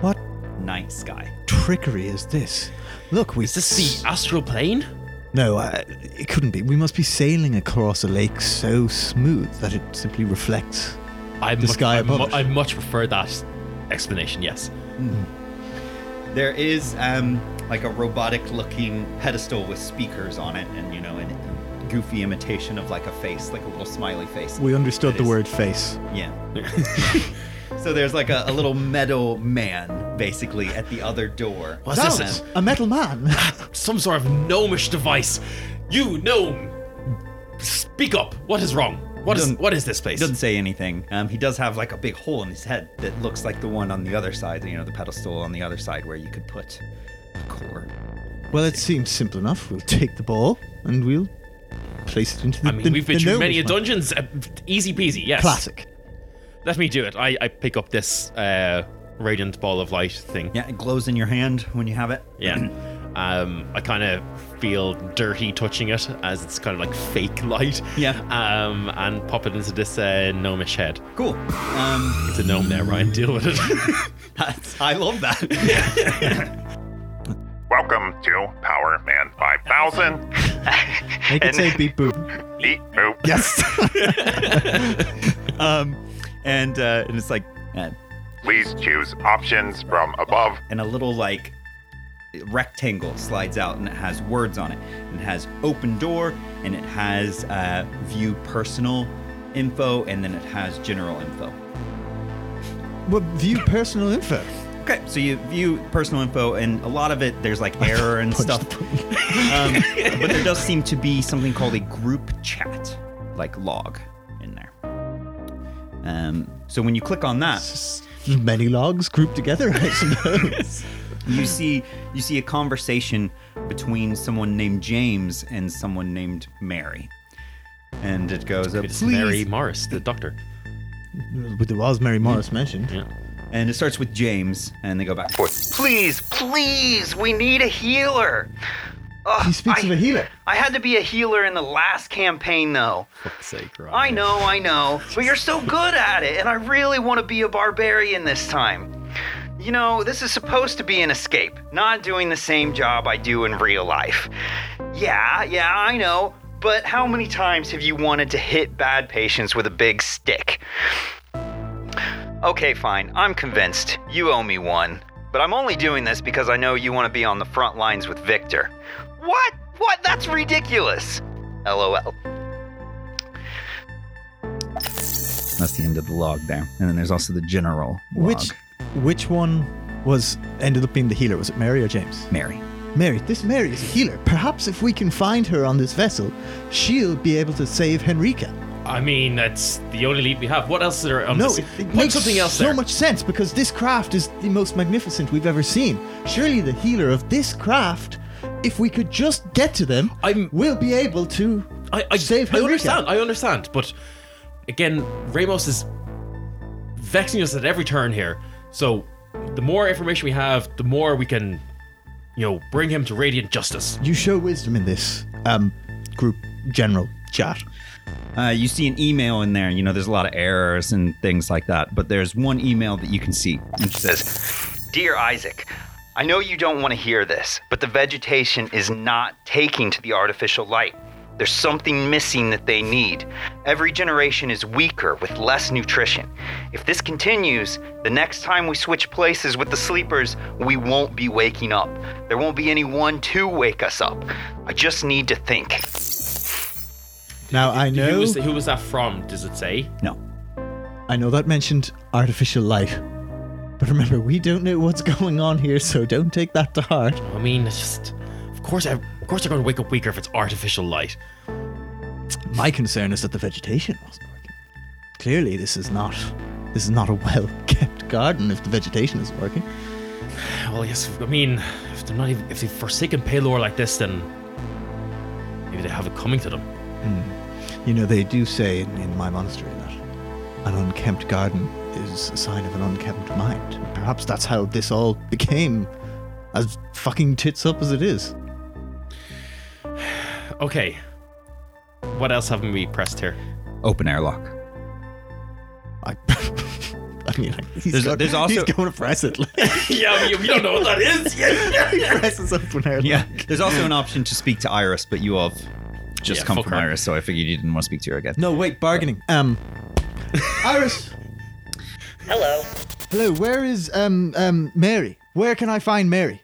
What
Night sky.
trickery is this? Look, we
Is this the astral plane?
No, I, it couldn't be. We must be sailing across a lake so smooth that it simply reflects.
I
The
much,
sky
I,
above
mu-
us.
I much prefer that explanation. Yes.
There is um, like a robotic looking pedestal with speakers on it and, you know, a goofy imitation of like a face, like a little smiley face.
We understood
It
the
is-
word face.
Yeah. so there's like a, a little metal man basically at the other door. Um,
What's
No,
this?
a metal man.
Some sort of gnomish device. You gnome, speak up. What is wrong? What is
Doesn't-
what is this place?
He doesn't say anything. Um, he does have like a big hole in his head that looks like the one on the other side, you know, the pedestal on the other side where you could put a core.
well, it seems simple enough. We'll take the ball and we'll place it into the.
I mean,
the-
we've been
the
through
gnomish
many a
one.
dungeons. Uh, easy peasy. Yes.
Classic.
Let me do it. I, I pick up this uh, radiant ball of light thing.
Yeah, it glows in your hand when you have it.
Yeah. Um, I kind of feel dirty touching it as it's kind of like fake light.
Yeah.
Um, and pop it into this uh, gnomish head.
Cool. Um,
It's a gnome there, Ryan. Deal with it.
that's- I love that.
Welcome to Power Man 5000.
Make it
And-
say beep boop.
Eat poop.
Yes.
um, and uh, and it's like uh,
Please choose options from above.
and a little like rectangle slides out and it has words on it and it has open door and it has uh, view personal info and then it has general info
well, view personal info.
okay so you view personal info and a lot of it there's like error and stuff um, but there does seem to be something called a group chat like log in there um, so when you click on that
Many logs grouped together, I suppose.
you see you see a conversation between someone named James and someone named Mary. And it goes up
it's
please
Mary Morris, the doctor.
but there was Mary Morris mentioned.
Yeah.
and it starts with James and they go back
Please, please, we need a healer. Ugh,
He speaks
I,
of a healer.
I had to be a healer in the last campaign, though.
Fuck's sake, Ryan.
I know, I know, but you're so good at it, and I really want to be a barbarian this time. You know, this is supposed to be an escape, not doing the same job I do in real life. Yeah, yeah, I know, but how many times have you wanted to hit bad patients with a big stick? Okay, fine, I'm convinced. You owe me one. But I'm only doing this because I know you want to be on the front lines with Victor. What? What? That's ridiculous! LOL.
That's the end of the log there. And then there's also the general log.
Which, which one was ended up being the healer? Was it Mary or James?
Mary.
Mary, this Mary is a healer. Perhaps if we can find her on this vessel, she'll be able to save Henrika.
I mean, that's the only lead we have. What else is there? On
No,
this?
it, it
Put
makes
something else
so
there.
much sense because this craft is the most magnificent we've ever seen. Surely the healer of this craft, if we could just get to them,
I'm-
we'll be able to
I, I,
save
I
Henrika.
understand. I understand. But again, Ramos is vexing us at every turn here. So the more information we have, the more we can, you know, bring him to radiant justice.
You show wisdom in this um, group general chat.
Uh, you see an email in there. You know, there's a lot of errors and things like that. But there's one email that you can see, and it says, "Dear Isaac." I know you don't want to hear this, but the vegetation is not taking to the artificial light. There's something missing that they need. Every generation is weaker with less nutrition. If this continues, the next time we switch places with the sleepers, we won't be waking up. There won't be anyone to wake us up. I just need to think.
Now I
Who
know
was, who was that from? Does it say?
No,
I know that mentioned artificial light. But remember, we don't know what's going on here, so don't take that to heart.
I mean, it's just, of course, I, of course, they're going to wake up weaker if it's artificial light.
My concern is that the vegetation wasn't working. Clearly, this is not this is not a well-kept garden if the vegetation is working.
Well, yes. I mean, if they're not even if they've forsaken Palor like this, then maybe they have it coming to them.
You know, they do say in, in my monastery that an unkempt garden is a sign of an unkempt mind. Perhaps that's how this all became as fucking tits up as it is.
Okay. What else haven't we pressed here?
open airlock.
I, I mean, like, he's
There's-
got-
there's also-
he's going to press it.
yeah, I mean, we don't know what that is. Yeah,
he presses open air.
Yeah, there's also an option to speak to Iris, but you all have just
Yeah,
come
fuck
from
her.
Iris, so I figured you didn't want to speak to her again.
No, wait, bargaining. Um, Iris,
Hello.
hello. Where is um um Mary? Where can I find Mary?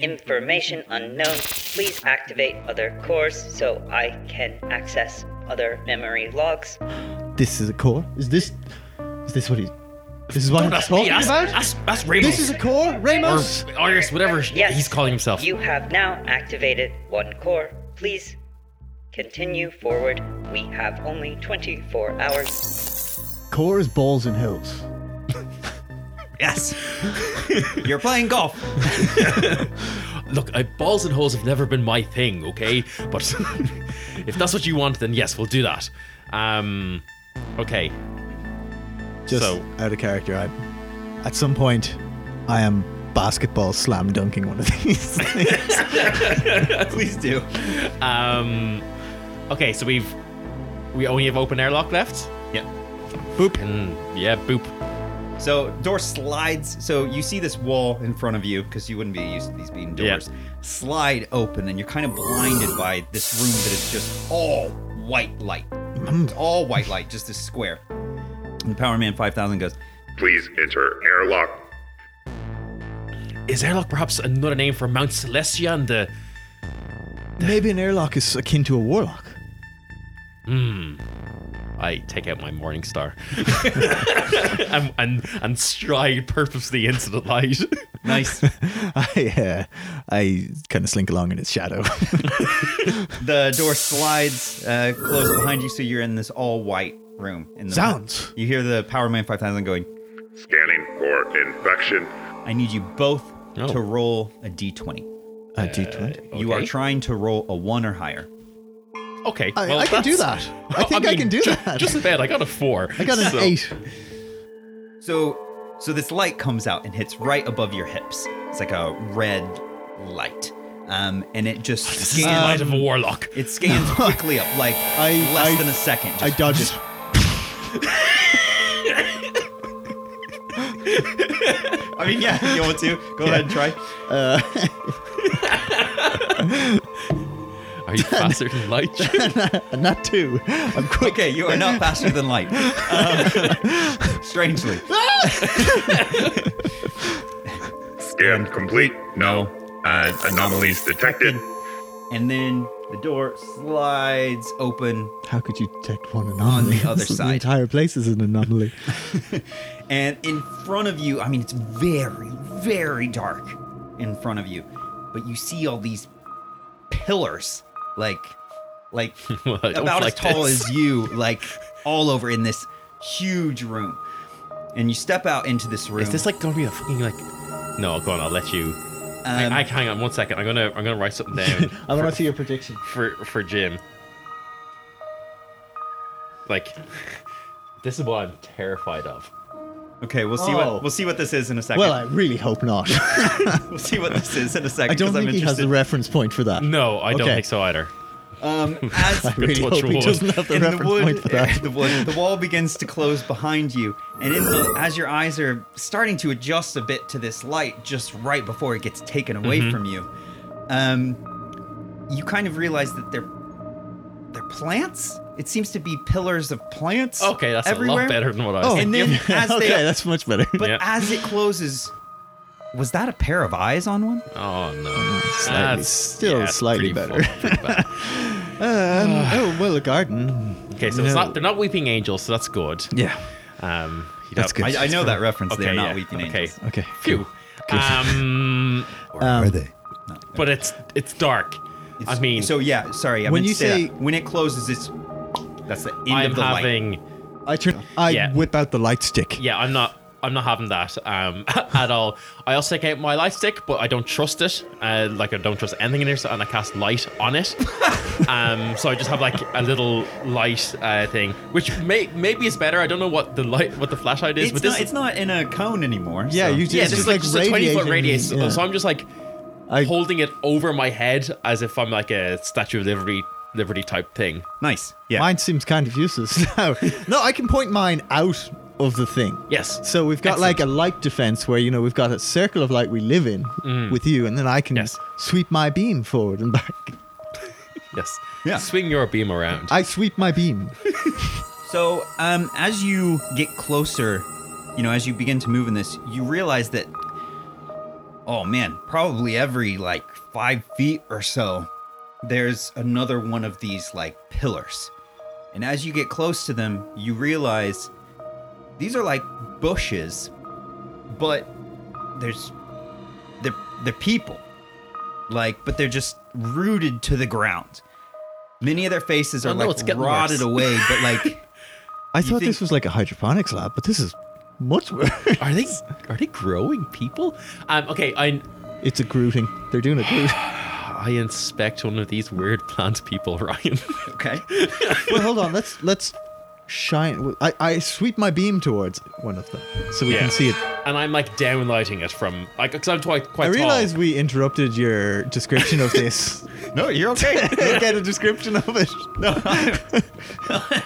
Information unknown. Please activate other cores so I can access other memory logs.
This is a core. Is this? Is this what he? This is what he's talking
that's,
about.
that's, that's Ramos.
this is a core, Ramos.
or Iris, whatever
Yes.
he's calling himself.
You have now activated one core. Please continue forward. We have only 24 hours.
Core is balls and hills.
Yes, you're playing golf.
Look, I, balls and holes have never been my thing, okay? But if that's what you want, then yes, we'll do that. Um, okay.
Just
So-
out of character. I, at some point, I am basketball slam dunking one of these.
Please do.
Um, okay, so we've we only have open airlock left.
Yeah.
Boop. And yeah, boop.
So door slides. So you see this wall in front of you because you wouldn't be used to these being
Yeah.
doors. Slide open, and you're kind of blinded by this room that is just all white light. It's
Mm.
all white light, just this square. And Power Man 5000 goes,
Please enter airlock.
Is airlock perhaps another name for Mount Celestia and the
Maybe an airlock is akin to a warlock.
I take out my morning star and, and and stride purposely into the light.
"Nice."
I uh, I kind of slink along in its shadow.
the door slides uh, closed behind you, so you're in this all white room. In the
Sounds.
You hear the Power Man 5000 going,
Scanning for infection.
I need you both
Oh.
to roll a d20.
A D20.
You are
Okay.
trying to roll a one or higher.
Okay,
I,
well,
I can do that.
that's-
I think I,
mean,
can do
ju-
that.
Just about. I got a four.
I got an
so-
eight.
So, so this light comes out and hits right above your hips. It's like a red light, um, and it just
This is the light
scans.
Um,
of a warlock.
It scans quickly up, like
I-
less
I-
than a second.
I
Just-
dodged.
I mean, yeah, you want to go ahead and try.
Are you faster than light?
and not two. I'm quick.
Okay, you are not faster than light. Um, strangely,
Scan complete. No. Uh, anomalies detected.
and then the door slides open,
How could you detect one anomaly?
On the other
This is-
side.
The entire place is an anomaly.
And in front of you, I mean, it's very, very dark in front of you, but you see all these pillars, like, like
Well, I don't
about
like
as tall
this.
as you, like all over in this huge room. And you step out into this room.
Is this like gonna be a fucking like? No, go on. I'll let you. I,
Um,
I hang on one second. I'm gonna I'm gonna write something down
I want to see your prediction.
for for Jim. Like This is what I'm terrified of.
Okay, we'll see
Oh.
what we'll see what this is in a second.
Well, I really hope not.
we'll see what this is in a second.
I don't
'cause
think
I'm
he has the
interested.
reference point for that.
No, I don't
Okay.
think so either.
Um, As
I really
touch
hope he
wood.
doesn't have the
in
reference
the wood,
point for that.
the wood, the wall begins to close behind you, and in the, as your eyes are starting to adjust a bit to this light, just right before it gets taken away
Mm-hmm.
from you, um, you kind of realize that they're they're plants. It seems to be pillars of plants.
Okay, that's a
everywhere.
lot better than what I was.
Oh,
thinking.
and then as
okay,
they-
that's much better.
But
Yeah.
as it closes, was that a pair of eyes on one?
oh no,
Slightly.
That's-
Still
it's
slightly
pretty
better.
fucking pretty bad.
Um, oh well, a garden.
Okay, so it's not they're not weeping angels, so that's good.
Yeah,
Um, you
That's
don't-
good.
I, I know that reference. they're
Okay,
not
yeah,
weeping
okay.
angels.
Okay.
Phew. Um,
Are they?
but it's it's dark. I
It's-
mean,
so yeah. Sorry, I
When
meant to
you say-
that. when it closes, it's that's the end
I'm
of the light.
having
I turn. I
Yeah.
whip out the light stick.
yeah, I'm not. I'm not having that um, at all. I also take out my light stick, but I don't trust it. Uh, like I don't trust anything in there, so, and I cast light on it. um, so I just have like a little light uh, thing, which may maybe is better. I don't know what the light, what the flashlight is,
It's
but
not,
this
it's not in a cone anymore.
Yeah,
so-
you just,
yeah, this
just
is like, just a twenty foot radius.
radiating- yeah.
So I'm just like
I-
holding it over my head as if I'm like a Statue of Liberty, Liberty type thing.
nice. Yeah,
Mine seems kind of useless now. no, I can point mine out of the thing.
Yes.
So we've got like a light defense where you know we've got a circle of light we live in with you, and then I can
Yes.
sweep my beam forward and back.
Yes.
Yeah.
Swing your beam around.
I sweep my beam.
So, um, as you get closer, you know, as you begin to move in this, you realize that, oh man, probably every like five feet or so, there's another one of these like pillars. And as you get close to them, you realize these are like bushes, but there's they're they're people, like, but they're just rooted to the ground. Many of their faces are
Oh, no, it's
like
getting worse.
rotted away, but like.
I thought
think-
this was like a hydroponics lab, but this is much worse.
are they are they growing people? Um, okay, I
it's a grooting. They're doing a groot.
I inspect one of these weird plant people, Ryan.
Okay.
well, hold on. Let's let's shine. I, I sweep my beam towards one of them so we
Yeah.
can see it.
and I'm like downlighting it from like because I'm quite quite
I
tall.
realize we interrupted your description of this.
No, you're okay.
Look at a description of it.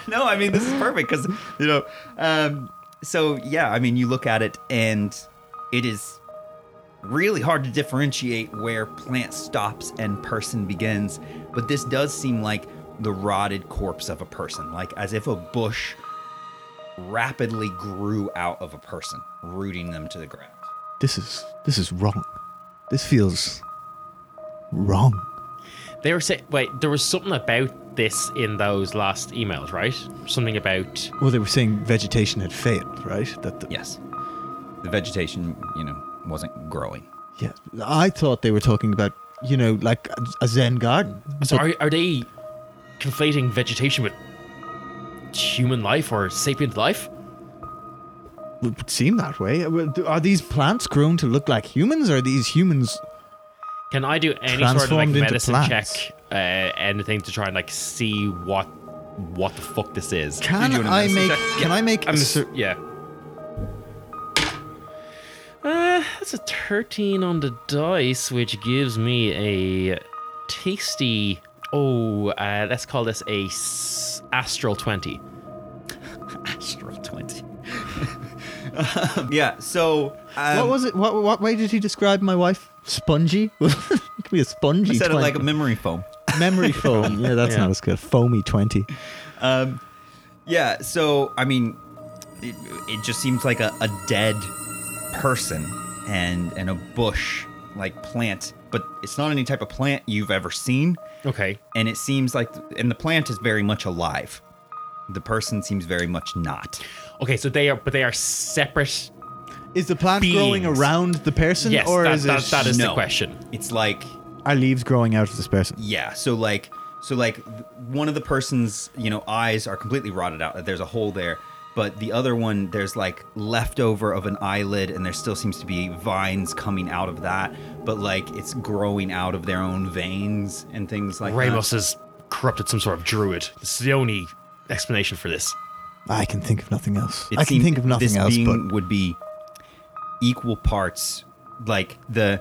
no, I mean this is perfect because you know. Um, so yeah, I mean you look at it and it is really hard to differentiate where plant stops and person begins, but this does seem like the rotted corpse of a person, like as if a bush rapidly grew out of a person, rooting them to the ground.
This is this is wrong. This feels wrong.
They were saying, wait, there was something about this in those last emails, right? Something about
Well, they were saying vegetation had failed, right? That the,
Yes, the vegetation, you know, wasn't growing.
yeah. I thought they were talking about you know like a, a Zen garden.
So are, are they conflating vegetation with human life or sapient life?
It would seem that way. Are these plants grown to look like humans? Or are these humans?
Can I do any sort of like
Transformed into
medicine check,
plants.
uh, anything to try and like see what what the fuck this is?
Can
doing a
I
medicine
make?
check?
Can I make?
I'm
a
just-
cer-
yeah. Uh, that's a 13 on the dice, which gives me a tasty. Oh, uh, let's call this a s- astral 20.
Astral twenty. um, yeah. So um,
what was it? What, what way did he describe my wife? Spongy? it could be a spongy.
I said it
20.
like a memory foam.
memory foam. Yeah, that's
Yeah.
not as good. Foamy twenty.
Um, yeah, so I mean, it, it just seems like a, a dead person and and a bush like plant, but it's not any type of plant you've ever seen,
Okay.
and it seems like and the plant is very much alive. The person seems very much not.
Okay, so they are, but they are separate
Is the plant
Beans.
growing around the person,
Yes,
or
that-
is
that-
it?
that is- the
No.
question.
It's like
Are leaves growing out of this person?
yeah, so like so like th- one of the person's you know eyes are completely rotted out. There's a hole there. But the other one, there's like leftover of an eyelid, and there still seems to be vines coming out of that. But like it's growing out of their own veins and things like
Ramos
that.
has corrupted some sort of druid. This is the only explanation for this.
I can think of nothing else.
It
I can
seemed
think of nothing
this
else
being
but
would be equal parts like the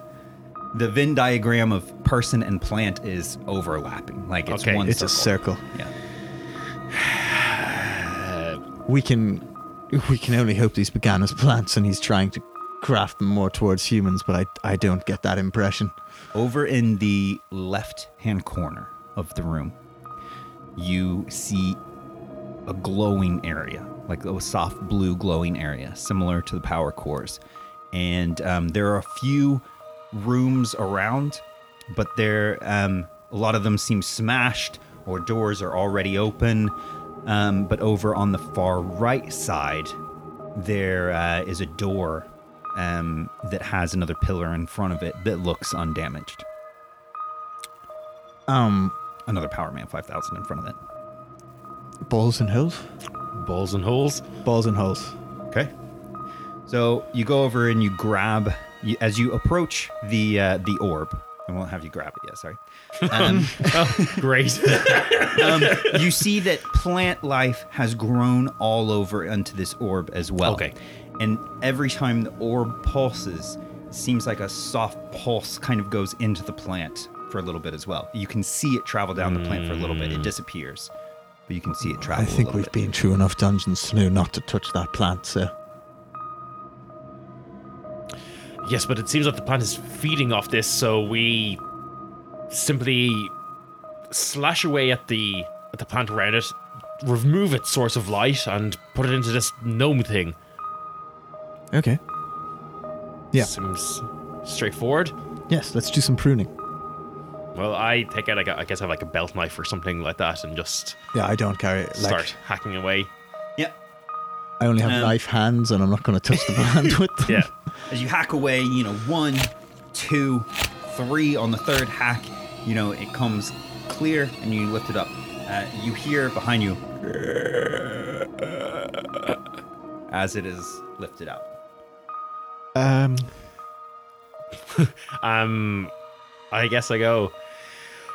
the Venn diagram of person and plant is overlapping. Like it's
Okay.
one
it's a circle.
Yeah.
We can we can only hope these began as plants and he's trying to craft them more towards humans, but I I don't get that impression.
Over in the left hand corner of the room, you see a glowing area, like a soft blue glowing area, similar to the power cores. And um, there are a few rooms around, but there um, a lot of them seem smashed or doors are already open. Um, but over on the far right side, there uh, is a door um, that has another pillar in front of it that looks undamaged.
Um
Another Power Man 5000 in front of it.
balls and holes?
Balls and holes.
Balls and holes.
Okay. So you go over and you grab you, as you approach the uh, the orb. I won't have you grab it yet. Sorry. Um,
Great.
um, you see that plant life has grown all over into this orb as well.
Okay.
And every time the orb pulses, it seems like a soft pulse kind of goes into the plant for a little bit as well. You can see it travel down the plant for a little bit. It disappears, but you can see it travel.
I think
a little
we've
bit.
been through enough dungeons to know not to touch that plant, sir.
yes, but it seems like the plant is feeding off this, so we simply slash away at the at the plant around it, remove its source of light, and put it into this gnome thing.
Okay. Yeah.
Seems straightforward.
Yes, let's do some pruning.
Well, I take out like a, I guess I have like a belt knife or something like that, and just
Yeah, I don't carry it. Like,
start hacking away.
Yeah.
I only have
Um,
knife hands, and I'm not going to touch the hand with them.
Yeah.
as you hack away, you know, one, two, three on the third hack, you know, it comes clear and you lift it up. Uh, you hear behind you as it is lifted up.
Um,
Um, I guess I go.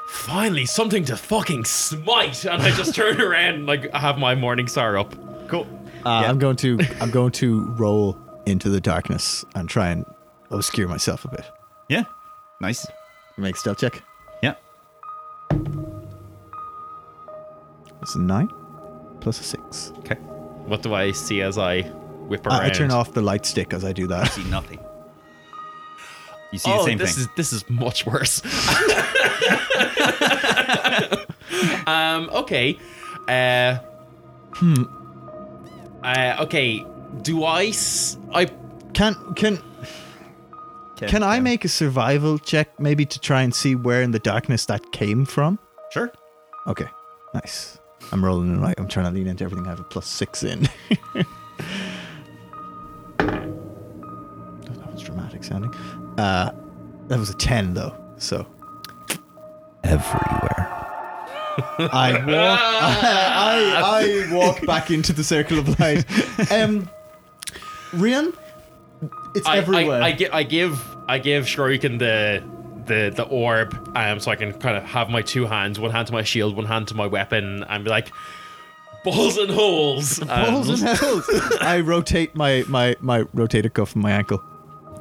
Finally, something to fucking smite, and I just turn around and like have my morning star up. Cool.
uh, I'm going to I'm going to roll into the darkness and try and obscure myself a bit.
Yeah. Nice.
Make stealth check.
Yeah.
It's a nine plus a six.
Okay.
What do I see as I whip around?
Uh, I, I turn off the light stick as I do that.
See nothing. You see
Oh,
the same
this
thing.
is this is much worse. um. Okay. Uh. Hmm. Uh. Okay. Do I? S- I.
Can can can I make a survival check maybe to try and see where in the darkness that came from?
Sure.
Okay, nice. I'm rolling in right. I'm trying to lean into everything. I have a plus six in. that was dramatic sounding. Uh, that was a ten though. So
Everywhere.
I walk. I, I walk back into the circle of light. Um, Rian, it's
I,
everywhere.
I, I, gi- I give I give Shoryuken the the the orb, um, so I can kind of have my two hands, one hand to my shield, one hand to my weapon, and be like balls and holes.
Holes
and,
and holes. I rotate my my my rotator cuff on my ankle.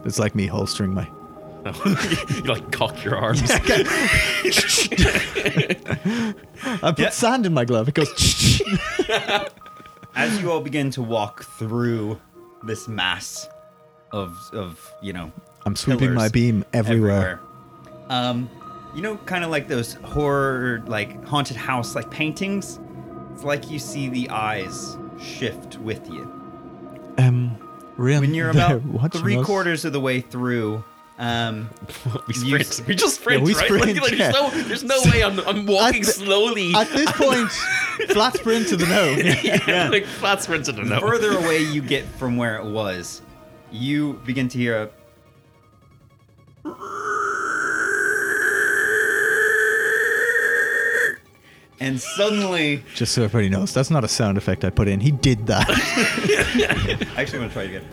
It's like me holstering my.
Um, you like cock your arms.
I put sand in my glove. It goes.
As you all begin to walk through this mass of of, you know,
I'm sweeping my
pillars.
beam everywhere.
everywhere. Um, you know, kind of like those horror, like haunted house, like paintings. It's like you see the eyes shift with you
Um, Rian,
when you're
they're
about
watching
three
us.
quarters of the way through. Um,
we
You-
sprint. we just sprint,
Yeah, we
right?
sprint,
like, like, there's,
yeah.
no, there's no way I'm, I'm walking
th-
slowly.
At this point, flat sprint to the gnome.
like flat sprint to the
the
no.
further away you get from where it was, you begin to hear a. And suddenly,
Just so everybody knows, that's not a sound effect I put in. He did that.
I actually want to try it again.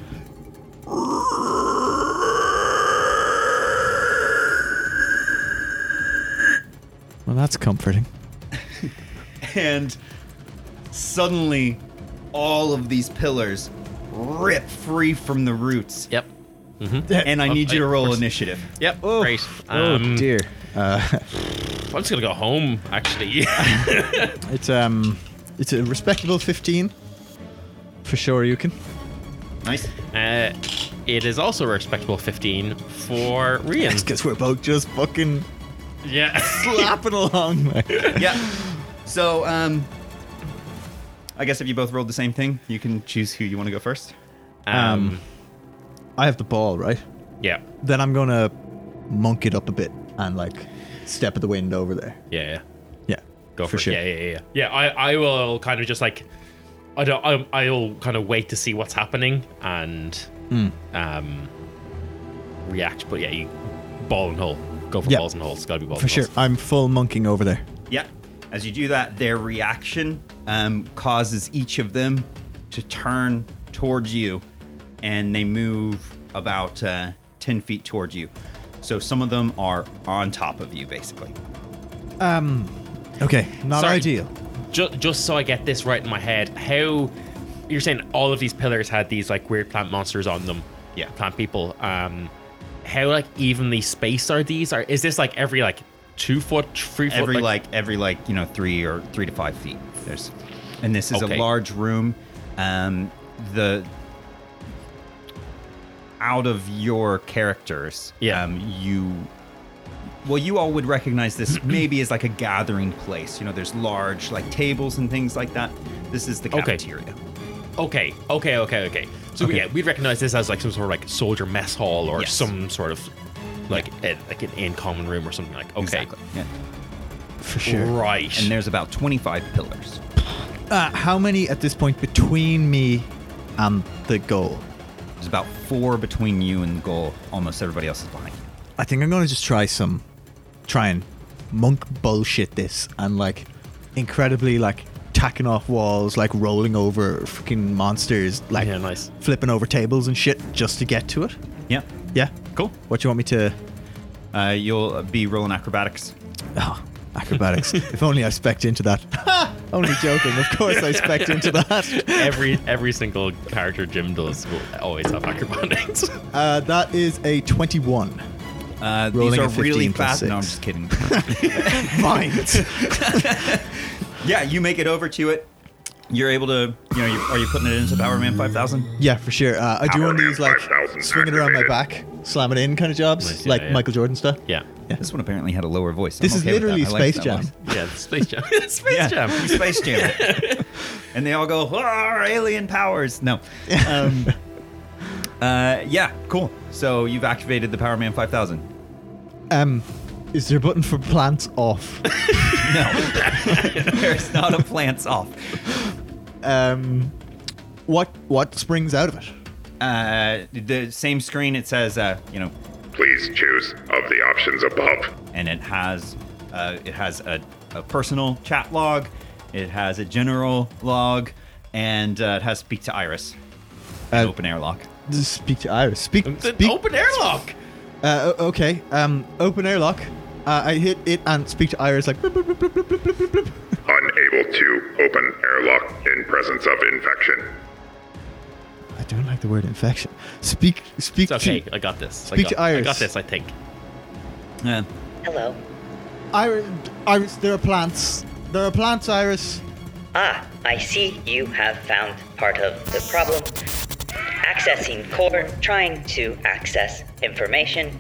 well, that's comforting.
and suddenly all of these pillars rip free from the roots.
Yep.
And I need you to roll initiative.
Yep. Great.
oh
Um,
dear.
I'm just gonna go home. Actually,
It's um, it's a respectable fifteen. For sure, you can.
Nice.
uh, it is also a respectable 15 for Rian.
Because we're both just fucking
Yeah.
clapping along. mate.
Yeah. So, um, I guess if you both rolled the same thing, you can choose who you want to go first.
Um.
I have the ball, right?
Yeah.
Then I'm gonna monk it up a bit and like step at the wind over there.
Yeah. yeah.
Yeah.
Go for,
for sure.
it. Yeah, yeah, yeah. Yeah, Yeah, I, I will kind of just like, I don't, I, I'll kind of wait to see what's happening and, um, react. But yeah, you ball and hole. Go for
Yeah.
balls and holes. Gotta be balls.
For
and
sure.
Holes.
I'm full monking over there.
Yeah. As you do that, their reaction um, causes each of them to turn towards you, and they move about uh, ten feet towards you. So some of them are on top of you, basically.
Okay. Not
Sorry.
ideal.
Ju- just so I get this right in my head, how you're saying all of these pillars had these like weird plant monsters on them?
Yeah.
plant people. Um, how like evenly spaced are these? Are is this like every like two foot, three foot?
every like, every like you know three or three to five feet there's and this is
Okay.
a large room um the out of your characters
Yeah.
um you well you all would recognize this maybe as like a gathering place you know there's large like tables and things like that this is the
Okay.
cafeteria
Okay, okay, okay, okay. So
Okay.
yeah, we'd recognize this as like some sort of like soldier mess hall or
Yes.
some sort of like a, like an in common room or something like. Okay,
exactly yeah.
For sure.
right.
and there's about 25 pillars
Uh, how many at this point between me and the goal?
there's about four between you and the goal almost everybody else is behind you
I think I'm gonna just try some, try and monk bullshit this and like incredibly like tacking off walls, like rolling over freaking monsters, like
Yeah, nice.
flipping over tables and shit just to get to it.
yeah
Yeah.
cool.
What do you want me to?
uh, you'll uh, be rolling acrobatics
Oh, acrobatics. if only I specced into that. only joking. Of course I specced into that.
Every every single character Jim does will always have acrobatics.
Uh, that is a 21.
Uh, these
Rolling
are
a 15
really
plus
fast. No, I'm
six.
just kidding.
Mind.
yeah, you make it over to it. You're able to, you know, you, are you putting it into Power Man 5000?
Yeah, for sure. Uh, I do one of these like
5,000
swing it around my back,
activated.
slam it in kind of jobs,
Nice, yeah,
like
yeah.
Michael Jordan stuff.
yeah,
This one apparently had a lower voice. I'm
This is
okay with that.
literally
I like
Space
that
Jam.
voice.
yeah, Space Jam. Space
Yeah,
Jam.
you Space Jam. it. and they all go, "Roar, alien powers. No. Um, uh, yeah, cool. So you've activated the Power Man 5000.
Um, is there a button for plants off?
No. There's not a plants off.
um, what what springs out of it?
Uh, the same screen, it says, uh, you know,
Please choose of the options above.
and it has uh, it has a, a personal chat log, it has a general log, and uh, it has speak to Iris, an
Uh,
open airlock.
Just speak to Iris. Speak.
The
speak
open airlock.
uh, o- okay. Um, open airlock. Uh, I hit it and speak to Iris like. bloop, bloop, bloop, bloop, bloop, bloop, bloop, bloop.
Unable to open airlock in presence of infection.
I don't like the word infection. Speak. Speak
It's okay.
to
I got this.
speak
I got,
to
I
Iris.
got this. I think.
Uh,
Hello.
Iris. Iris. There are plants. There are plants, Iris.
Ah, I see you have found part of the problem. Accessing core, trying to access information.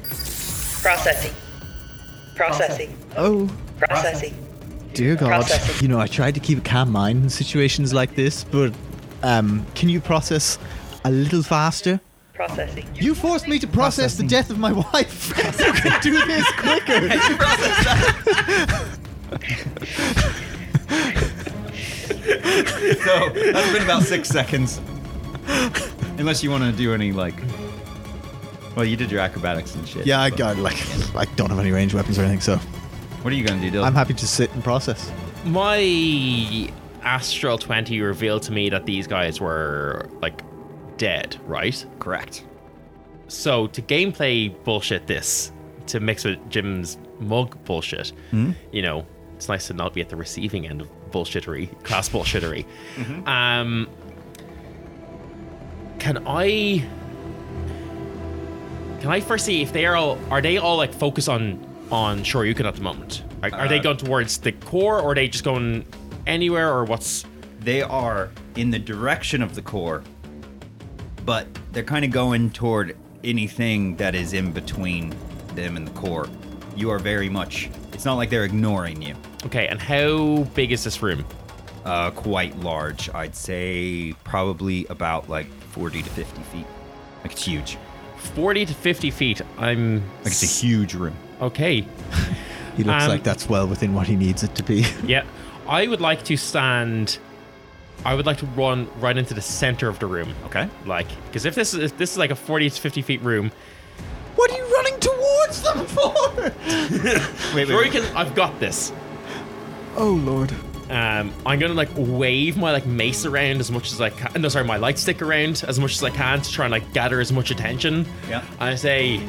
Processing. Processing.
Oh.
Processing.
Dear God,
Processing.
you know, I tried to keep a calm mind in situations like this, but um, can you process a little faster?
Processing.
You forced me to process the death of my wife. you can do this quicker.
so that's been about six seconds. Unless you want to do any like, well, you did your acrobatics and shit.
Yeah, I
but
got like I don't have any ranged weapons or anything, so
What are you gonna do, Dylan?
I'm happy to sit and process.
My astral twenty revealed to me that these guys were like dead, right?
Correct.
So to gameplay bullshit this, to mix with Jim's mug bullshit, you know, it's nice to not be at the receiving end of bullshittery, class bullshittery. Um, Can I? Can I first see if they are all are they all like focus on on Shoryuken at the moment? Like, are they going towards the core, or are they just going anywhere, or what's?
They are in the direction of the core, but they're kind of going toward anything that is in between them and the core. You are very much. It's not like they're ignoring you.
Okay, and how big is this room?
Uh, quite large. I'd say probably about like 40 to 50 feet. Like it's huge.
Forty to fifty feet. I'm
Like it's a huge room.
okay.
He looks
Um,
like that's well within what he needs it to be.
Yeah, I would like to stand. I would like to run right into the center of the room.
Okay.
Like, because if this is if this is like a forty to fifty feet room,
what are you running towards them for?
Wait,
Shoryuken, I've got this.
Oh lord.
Um, I'm gonna like wave my like mace around as much as I can. No, sorry, my light stick around as much as I can to try and like gather as much attention.
Yeah.
And I say,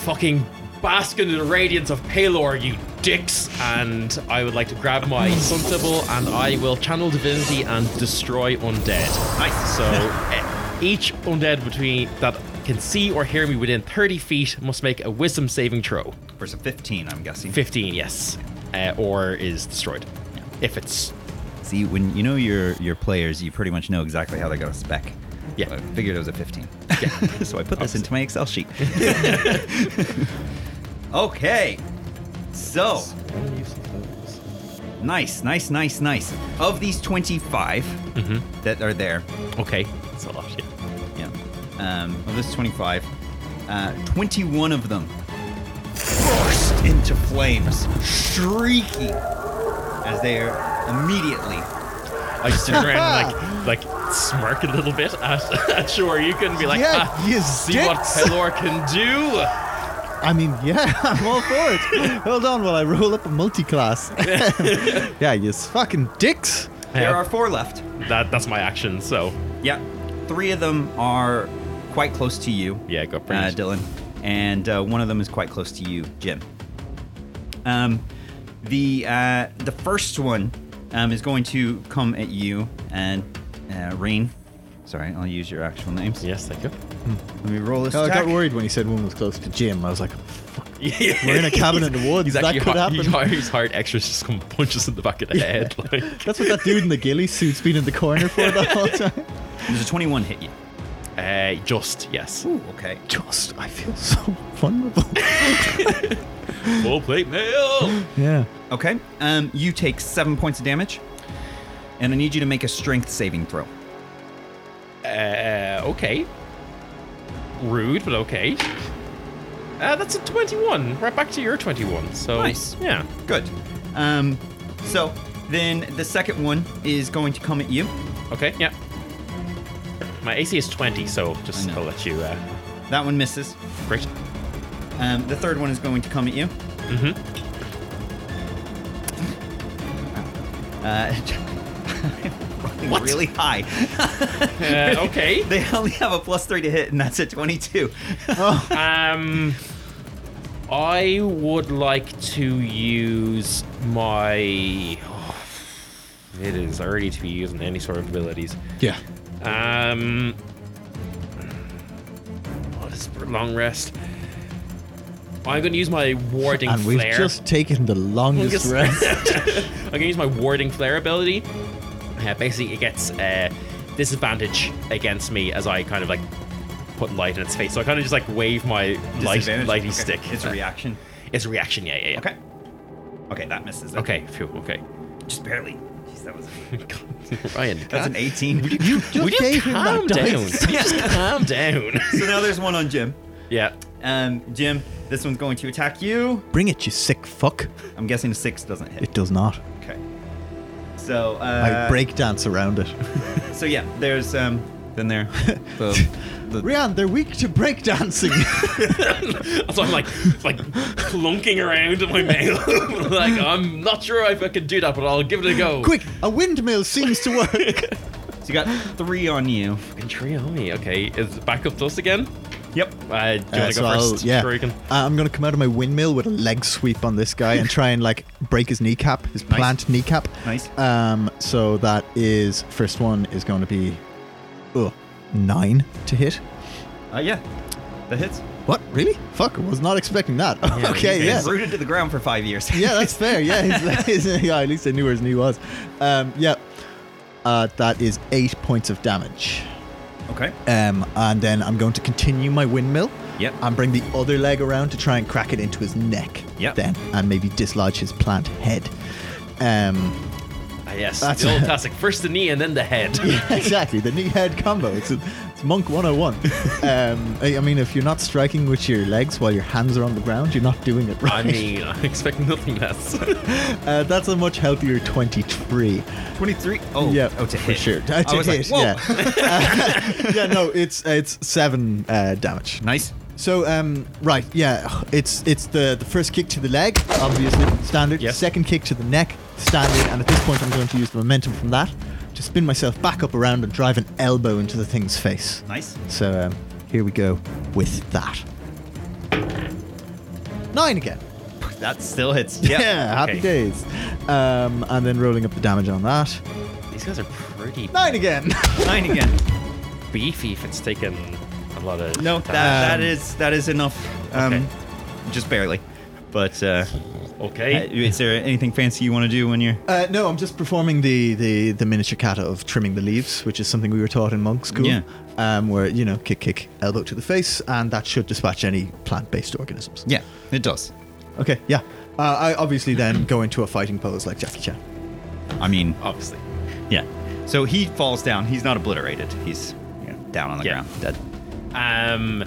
"Fucking bask in the radiance of Palor, you dicks!" And I would like to grab my sun symbol and I will channel divinity and destroy undead.
Nice.
So eh, each undead between that can see or hear me within 30 feet must make a wisdom saving throw.
For some 15, I'm guessing.
15, yes, uh, or is destroyed. If it's
See, when you know your your players, you pretty much know exactly how they're going to spec.
Yeah.
I figured it was a 15. so I put this into my Excel sheet. okay. So. Nice, nice, nice, nice. Of these 25 that are there,
Okay, that's a lot. Yeah.
yeah. Um, of this 25, uh, 21 of them burst into flames, shrieking as they are immediately
I just turn around and like like smirk a little bit at, at Shore. You can be like,
Yeah,
ah,
you
see what
dicks."
Pelor can do.
I mean, yeah, I'm all for it. Hold on while I roll up a multi-class. yeah, you fucking dicks.
There
Yeah.
are four left.
That that's my action. So
Yeah. Three of them are quite close to you,
yeah, go pretty.
uh,
much.
Dylan, and uh, one of them is quite close to you, Jim. Um, the uh, the first one um, is going to come at you and uh, Rain. Sorry, I'll use your actual names.
yes, thank you.
Let me roll this
Oh, I
attack.
got worried when he said one was close to Jim. I was like,
Yeah.
we're in a cabin in the woods.
He's
that
actually
could
hard,
happen.
he hires hard extras just come punch us in the back of the head. Like,
That's what that dude in the ghillie suit's been in the corner for the whole time.
Does a 21 hit you?
uh, just yes.
Ooh, okay.
Just, I feel so vulnerable.
Full plate mail.
yeah.
Okay. Um, you take seven points of damage, and I need you to make a strength saving throw.
Uh, okay. Rude, but okay. Uh, that's a 21. Right back to your 21. So
Nice.
Yeah.
Good. Um, so then the second one is going to come at you.
Okay. Yeah. My AC is 20, so just
I know.
I'll let you. Uh,
That one misses.
great.
Um, the third one is going to come at you.
Mm-hmm.
Uh, rolling Really high.
Uh, okay.
They only have a plus three to hit, and that's at 22.
Um, I would like to use my. oh, it is already to be using any sort of abilities.
Yeah.
Um. Oh, this is for long rest. I'm going to use my warding
And we've
flare.
just taken the longest
Longest-
rest.
I'm going to use my warding flare ability. Uh, basically, it gets uh, disadvantage against me as I kind of like put light in its face. So I kind of just like wave my light,
Disadvantage?
lighty
Okay.
stick.
It's a
Uh,
reaction.
It's a reaction. Yeah, yeah, yeah.
Okay. Okay, that misses.
Okay. Phew, okay.
Just barely. Jeez, that was
Ryan,
that's an 18.
would you
gave him that
calm down?
dice.
Would you just calm down.
so now there's one on Jim.
yeah.
Um, Jim, this one's going to attack you.
Bring it, you sick fuck.
I'm guessing a six doesn't hit.
It does not.
Okay. So uh,
I break dance around it.
So yeah, there's um. Then there.
Rian, they're weak to break dancing.
So I'm like, like clunking around in my mail. like I'm not sure if I can do that, but I'll give it a go.
Quick, a windmill seems to work.
So you got three on you.
Fucking Triami. Okay, is it back up to us again?
Yep.
Uh, do you
Uh,
want to
so
go
I'll-
first?
yeah.
Sure, you can.
Uh, I'm gonna come out of my windmill with a leg sweep on this guy and try and like break his kneecap, his
Nice.
plant kneecap.
Nice.
Um, so that is first one is going to be, oh, Nine to hit.
Uh, yeah, that hits.
What? Really? Fuck, I was not expecting that. okay,
He's
yeah.
been rooted to the ground for five years.
Yeah, that's fair. Yeah, he's, he's- yeah, at least I knew where his knee was. Um, yeah. Uh, that is eight points of damage.
okay.
Um, and then I'm going to continue my windmill.
Yep.
And bring the other leg around to try and crack it into his neck.
Yep.
Then and maybe dislodge his plant head. Um,
Ah, yes,
That's-
the old classic. First the knee and then the head.
yeah, exactly. The knee head combo. It's, a, it's Monk 101. Um, I I mean, if you're not striking with your legs while your hands are on the ground, you're not doing it
I
right.
mean, I expect nothing less.
uh, that's a much healthier 23.
23. Oh,
yeah,
oh to
for
hit.
sure. To,
I was like,
hit,
whoa.
yeah. Uh, yeah, no, it's it's seven uh, damage.
Nice.
So um, right, yeah, it's it's the the first kick to the leg, obviously standard.
Yes.
Second kick to the neck, standard. And at this point, I'm going to use the momentum from that to spin myself back up around and drive an elbow into the thing's face.
Nice.
So um, here we go with that. Nine again.
That still hits.
Yeah, happy
okay.
days. Um, and then rolling up the damage on that.
These guys are pretty
Nine again.
Nine again.
beefy if it's taken a lot of.
No, that, that
Um,
is that is enough. Um, Just barely. But uh, uh,
Okay.
is there anything fancy you want to do when you're.
Uh, no, I'm just performing the, the, the miniature kata of trimming the leaves, which is something we were taught in monk school.
Yeah.
Um, where, you know, kick, kick, elbow to the face, and that should dispatch any plant based organisms.
Yeah, it does.
Okay, yeah. Uh, I obviously then go into a fighting pose like Jackie Chan.
I mean,
Obviously.
yeah. So he falls down. He's not obliterated. He's you know, down on the
Yeah.
ground, dead.
Um,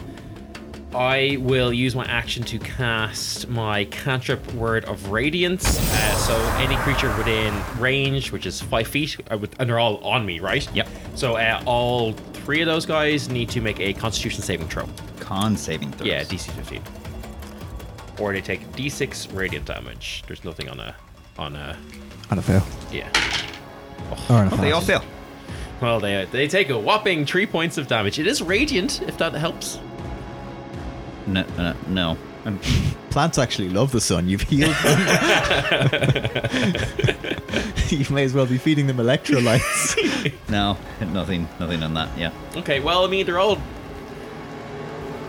I will use my action to cast my cantrip word of radiance. Uh, so any creature within range, which is five feet, I would, and they're all on me, right?
Yep.
So uh, all three of those guys need to make a Constitution saving throw.
Con saving throws.
Yeah, DC 15. Or they take D6 radiant damage. There's nothing on a, on a,
On a fail.
yeah.
Or on a
Oh, they all
fail.
fail.
Well, they they take a whopping three points of damage. It is radiant, if that helps.
No, uh, no. Um,
Plants actually love the sun. You've healed them. you may as well be feeding them electrolytes.
no, nothing, nothing on that. Yeah.
Okay, well, I mean, they're all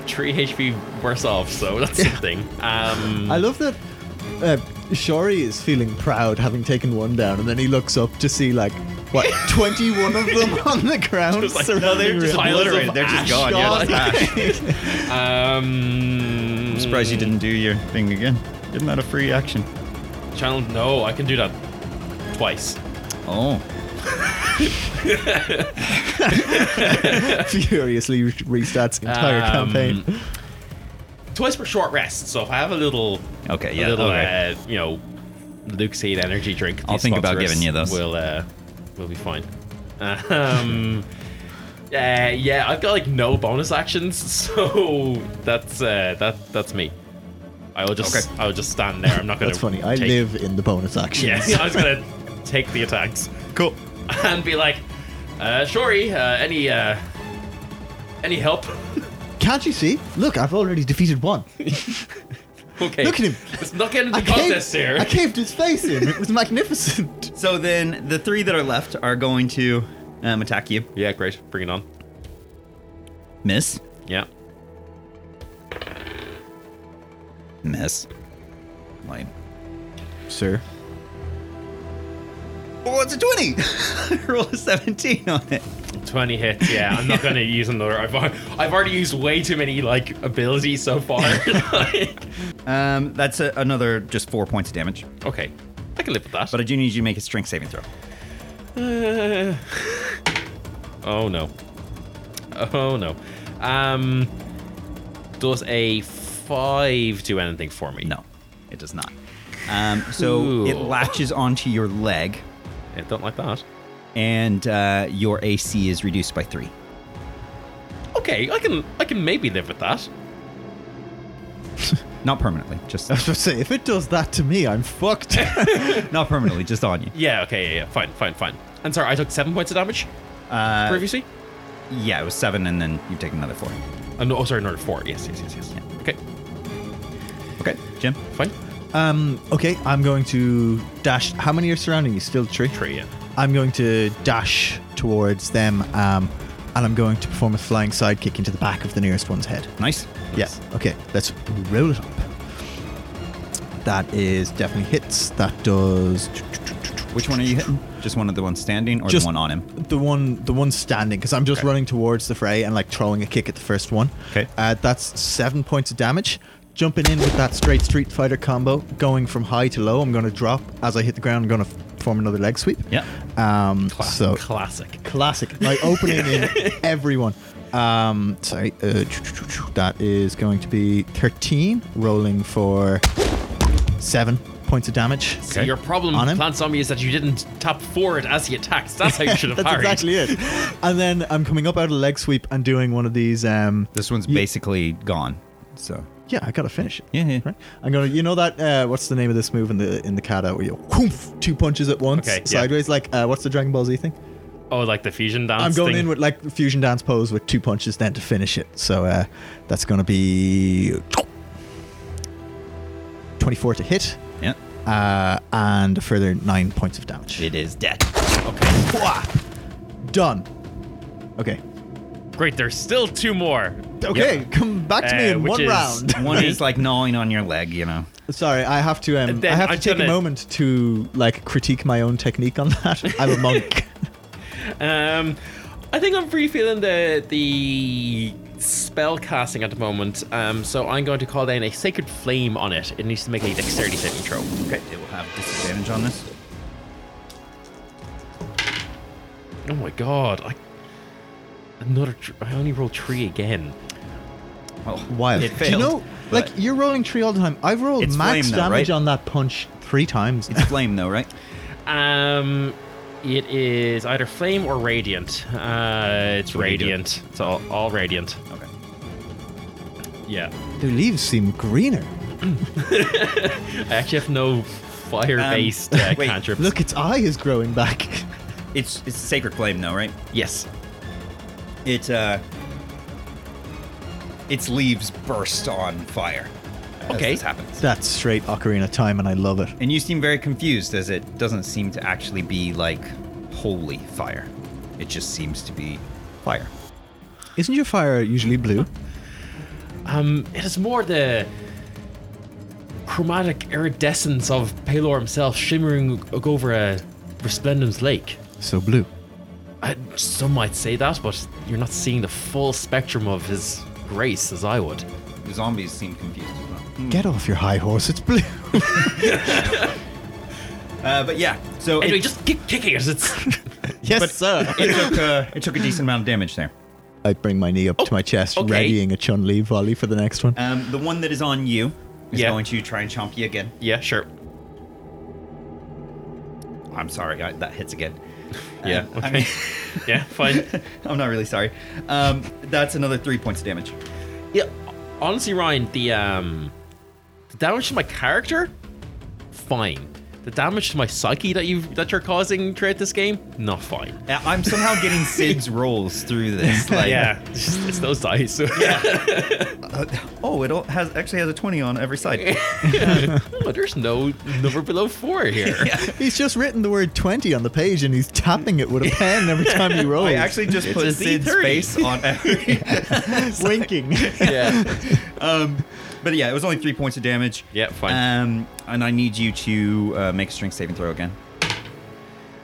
three HP worse off, so that's something. Um,
I love that uh, Shori is feeling proud having taken one down, and then he looks up to see like what twenty-one of them on the ground.
Just like, no, they're
surrounding
just
Rim.
piles
Obliterated,
of
they're just
ash
gone, yeah,
gone.
that's
um,
I'm surprised you didn't do your thing again. Isn't that a free action?
Channel, no, I can do that twice.
Oh,
furiously re- restats the entire
Um,
campaign.
Twice for short rest, so if I have a little,
Okay,
a
yeah,
little,
okay.
uh, you know, Luxade energy drink.
I'll
these
think about
sponsors
giving you those.
We'll, uh, we'll be fine. Um, uh, yeah, I've got like no bonus actions, so that's uh, that that's me. I will just,
Okay.
I will just stand there. I'm not gonna.
That's funny. I
take-
live in the bonus
Yeah,
actions.
I was gonna take the attacks
cool.
and be like, uh, "Shori, uh, any, uh, any help?"
Can't you see? Look, I've already defeated one.
Okay,
Look at him.
Let's not get into
I
contest
caved,
here.
I caved his face in. It was magnificent.
So then the three that are left are going to um, attack you.
Yeah, great. Bring it on.
Miss.
Yeah.
Miss. Lame.
Sir.
Oh, it's a 20. Roll a 17 on it.
20 hits, yeah. I'm not going to use another. I've, al- I've already used way too many, like, abilities so far. Like-
Um, that's a, another just four points of damage.
okay. I can live with that.
But I do need you to make a strength saving throw.
Uh, oh, no. Oh, no. Um, does a 5 do anything for me?
No, it does not. Um, so it
Ooh.
latches onto your leg,
I don't like that.
and uh, your AC is reduced by three.
Okay, I can I can maybe live with that.
Not permanently, just
I was about to say, if it does that to me, I'm fucked.
not permanently, just on you.
Yeah, okay, yeah, yeah. Fine, fine, fine. And sorry, I took 7 points of damage
Uh,
previously?
Yeah, it was seven, and then you take another four.
Oh, no, oh, sorry, another 4. Yes, yes, yes, yes. Okay,
Okay, Jim.
fine.
Um, okay, I'm going to dash. How many are surrounding you? Still three?
Three, yeah.
I'm going to dash towards them um, and I'm going to perform a flying sidekick into the back of the nearest one's head.
Nice.
Yes. Okay, let's roll it up. That is definitely hits. That does
Which one are you hitting? Just one of the ones standing or
Just-
the one on him?
the one the one standing because I'm just running towards the fray and like throwing a kick at the first one.
'Kay.
Uh, that's seven points of damage. Jumping in with that straight Street Fighter combo, going from high to low. I'm going to drop as I hit the ground. I'm going to perform another leg sweep.
Yeah.
Um.
Cla-
so
classic.
classic. Like opening in everyone. Um, sorry, uh, that is going to be 13, rolling for 7 points of damage.
So your problem,
On him?
Plant Zombie, is that you didn't tap forward as he attacks. That's how you should have
That's
parried.
exactly it. And then I'm coming up out of the leg sweep and doing one of these. Um,
This one's
Ye-
basically gone. So
yeah, I gotta finish it.
Yeah, yeah.
Right. I'm gonna. You know that. Uh, what's the name of this move in the in the kata where you whoomph, two punches at once
Okay, yeah.
sideways? Like uh, what's the Dragon Ball Z thing?
Oh, like the fusion dance.
I'm going
thing.
in with like fusion dance pose with two punches then to finish it. So uh, that's going to be 24 to hit
yeah.
uh, and a further nine points of damage.
It is dead.
Okay,
Wah! Done. Okay.
great. There's still two more.
Okay, come back to me
Uh,
in
which
one
is-
round.
One is like gnawing on your leg, you know.
Sorry, I have to. Um, I
Then
have to
I'm
take a
gonna-
moment to like critique my own technique on that. I'm a monk.
Um, I think I'm really feeling the the spell casting at the moment. Um, so I'm going to call down a sacred flame on it. It needs to make a dexterity saving throw.
Okay. It will have disadvantage on this.
Oh my god! I another. Tr- I only rolled three again.
Oh,
Wild.
It
Do you
failed,
know, like
but-
you're rolling tree all the time. I've rolled
It's
max
flame though,
damage
right?
on that punch three times.
It's flame though, right?
Um, it is either flame or radiant. Uh, it's radiant. It's all, all radiant.
Okay.
Yeah.
Their leaves seem greener.
I actually have no fire-based uh,
Um, wait,
cantrips.
Look, its eye is growing back.
It's it's sacred flame though, right?
Yes.
It uh its leaves burst on fire. as
Okay.
this happens.
That's straight Ocarina of time, and I love it.
And you seem very confused as it doesn't seem to actually be like holy fire. It just seems to be fire.
Isn't your fire usually blue?
Um, it is more the chromatic iridescence of Palor himself shimmering o- over a resplendence lake.
So blue.
I, some might say that, but you're not seeing the full spectrum of his grace as I would.
The zombies seem confused as well.
Get off your high horse. It's blue.
Uh, but yeah, so
Anyway,
it,
just keep kicking it. It's
yes,
but it took uh, it took a decent amount of damage there.
I bring my knee up to
Oh,
my chest,
okay.
readying a Chun Li volley for the next one.
Um, the one that is on you is
Yeah.
going to try and chomp you again.
yeah, sure.
I'm sorry, I, that hits again.
Yeah,
Um, I
okay.
mean-
Yeah, fine.
I'm not really sorry. Um, that's another three points of damage.
Yeah, honestly, Ryan, the um, the damage to my character, fine. The damage to my psyche that you that you're causing throughout this game, not fine.
Uh, I'm somehow getting Sid's rolls through this. Like,
it's, just- it's those dice.
Oh, it all has actually has a twenty on every side.
No, there's no number below four here.
He's just written the word 20 on the page and he's tapping it with a pen every time he rolls.
I actually just
It's
put
a
Sid's
D30.
face on every.
winking.
Yeah.
Um, but yeah, it was only three points of damage.
Yeah, fine.
Um, and I need you to uh, make a strength saving throw again.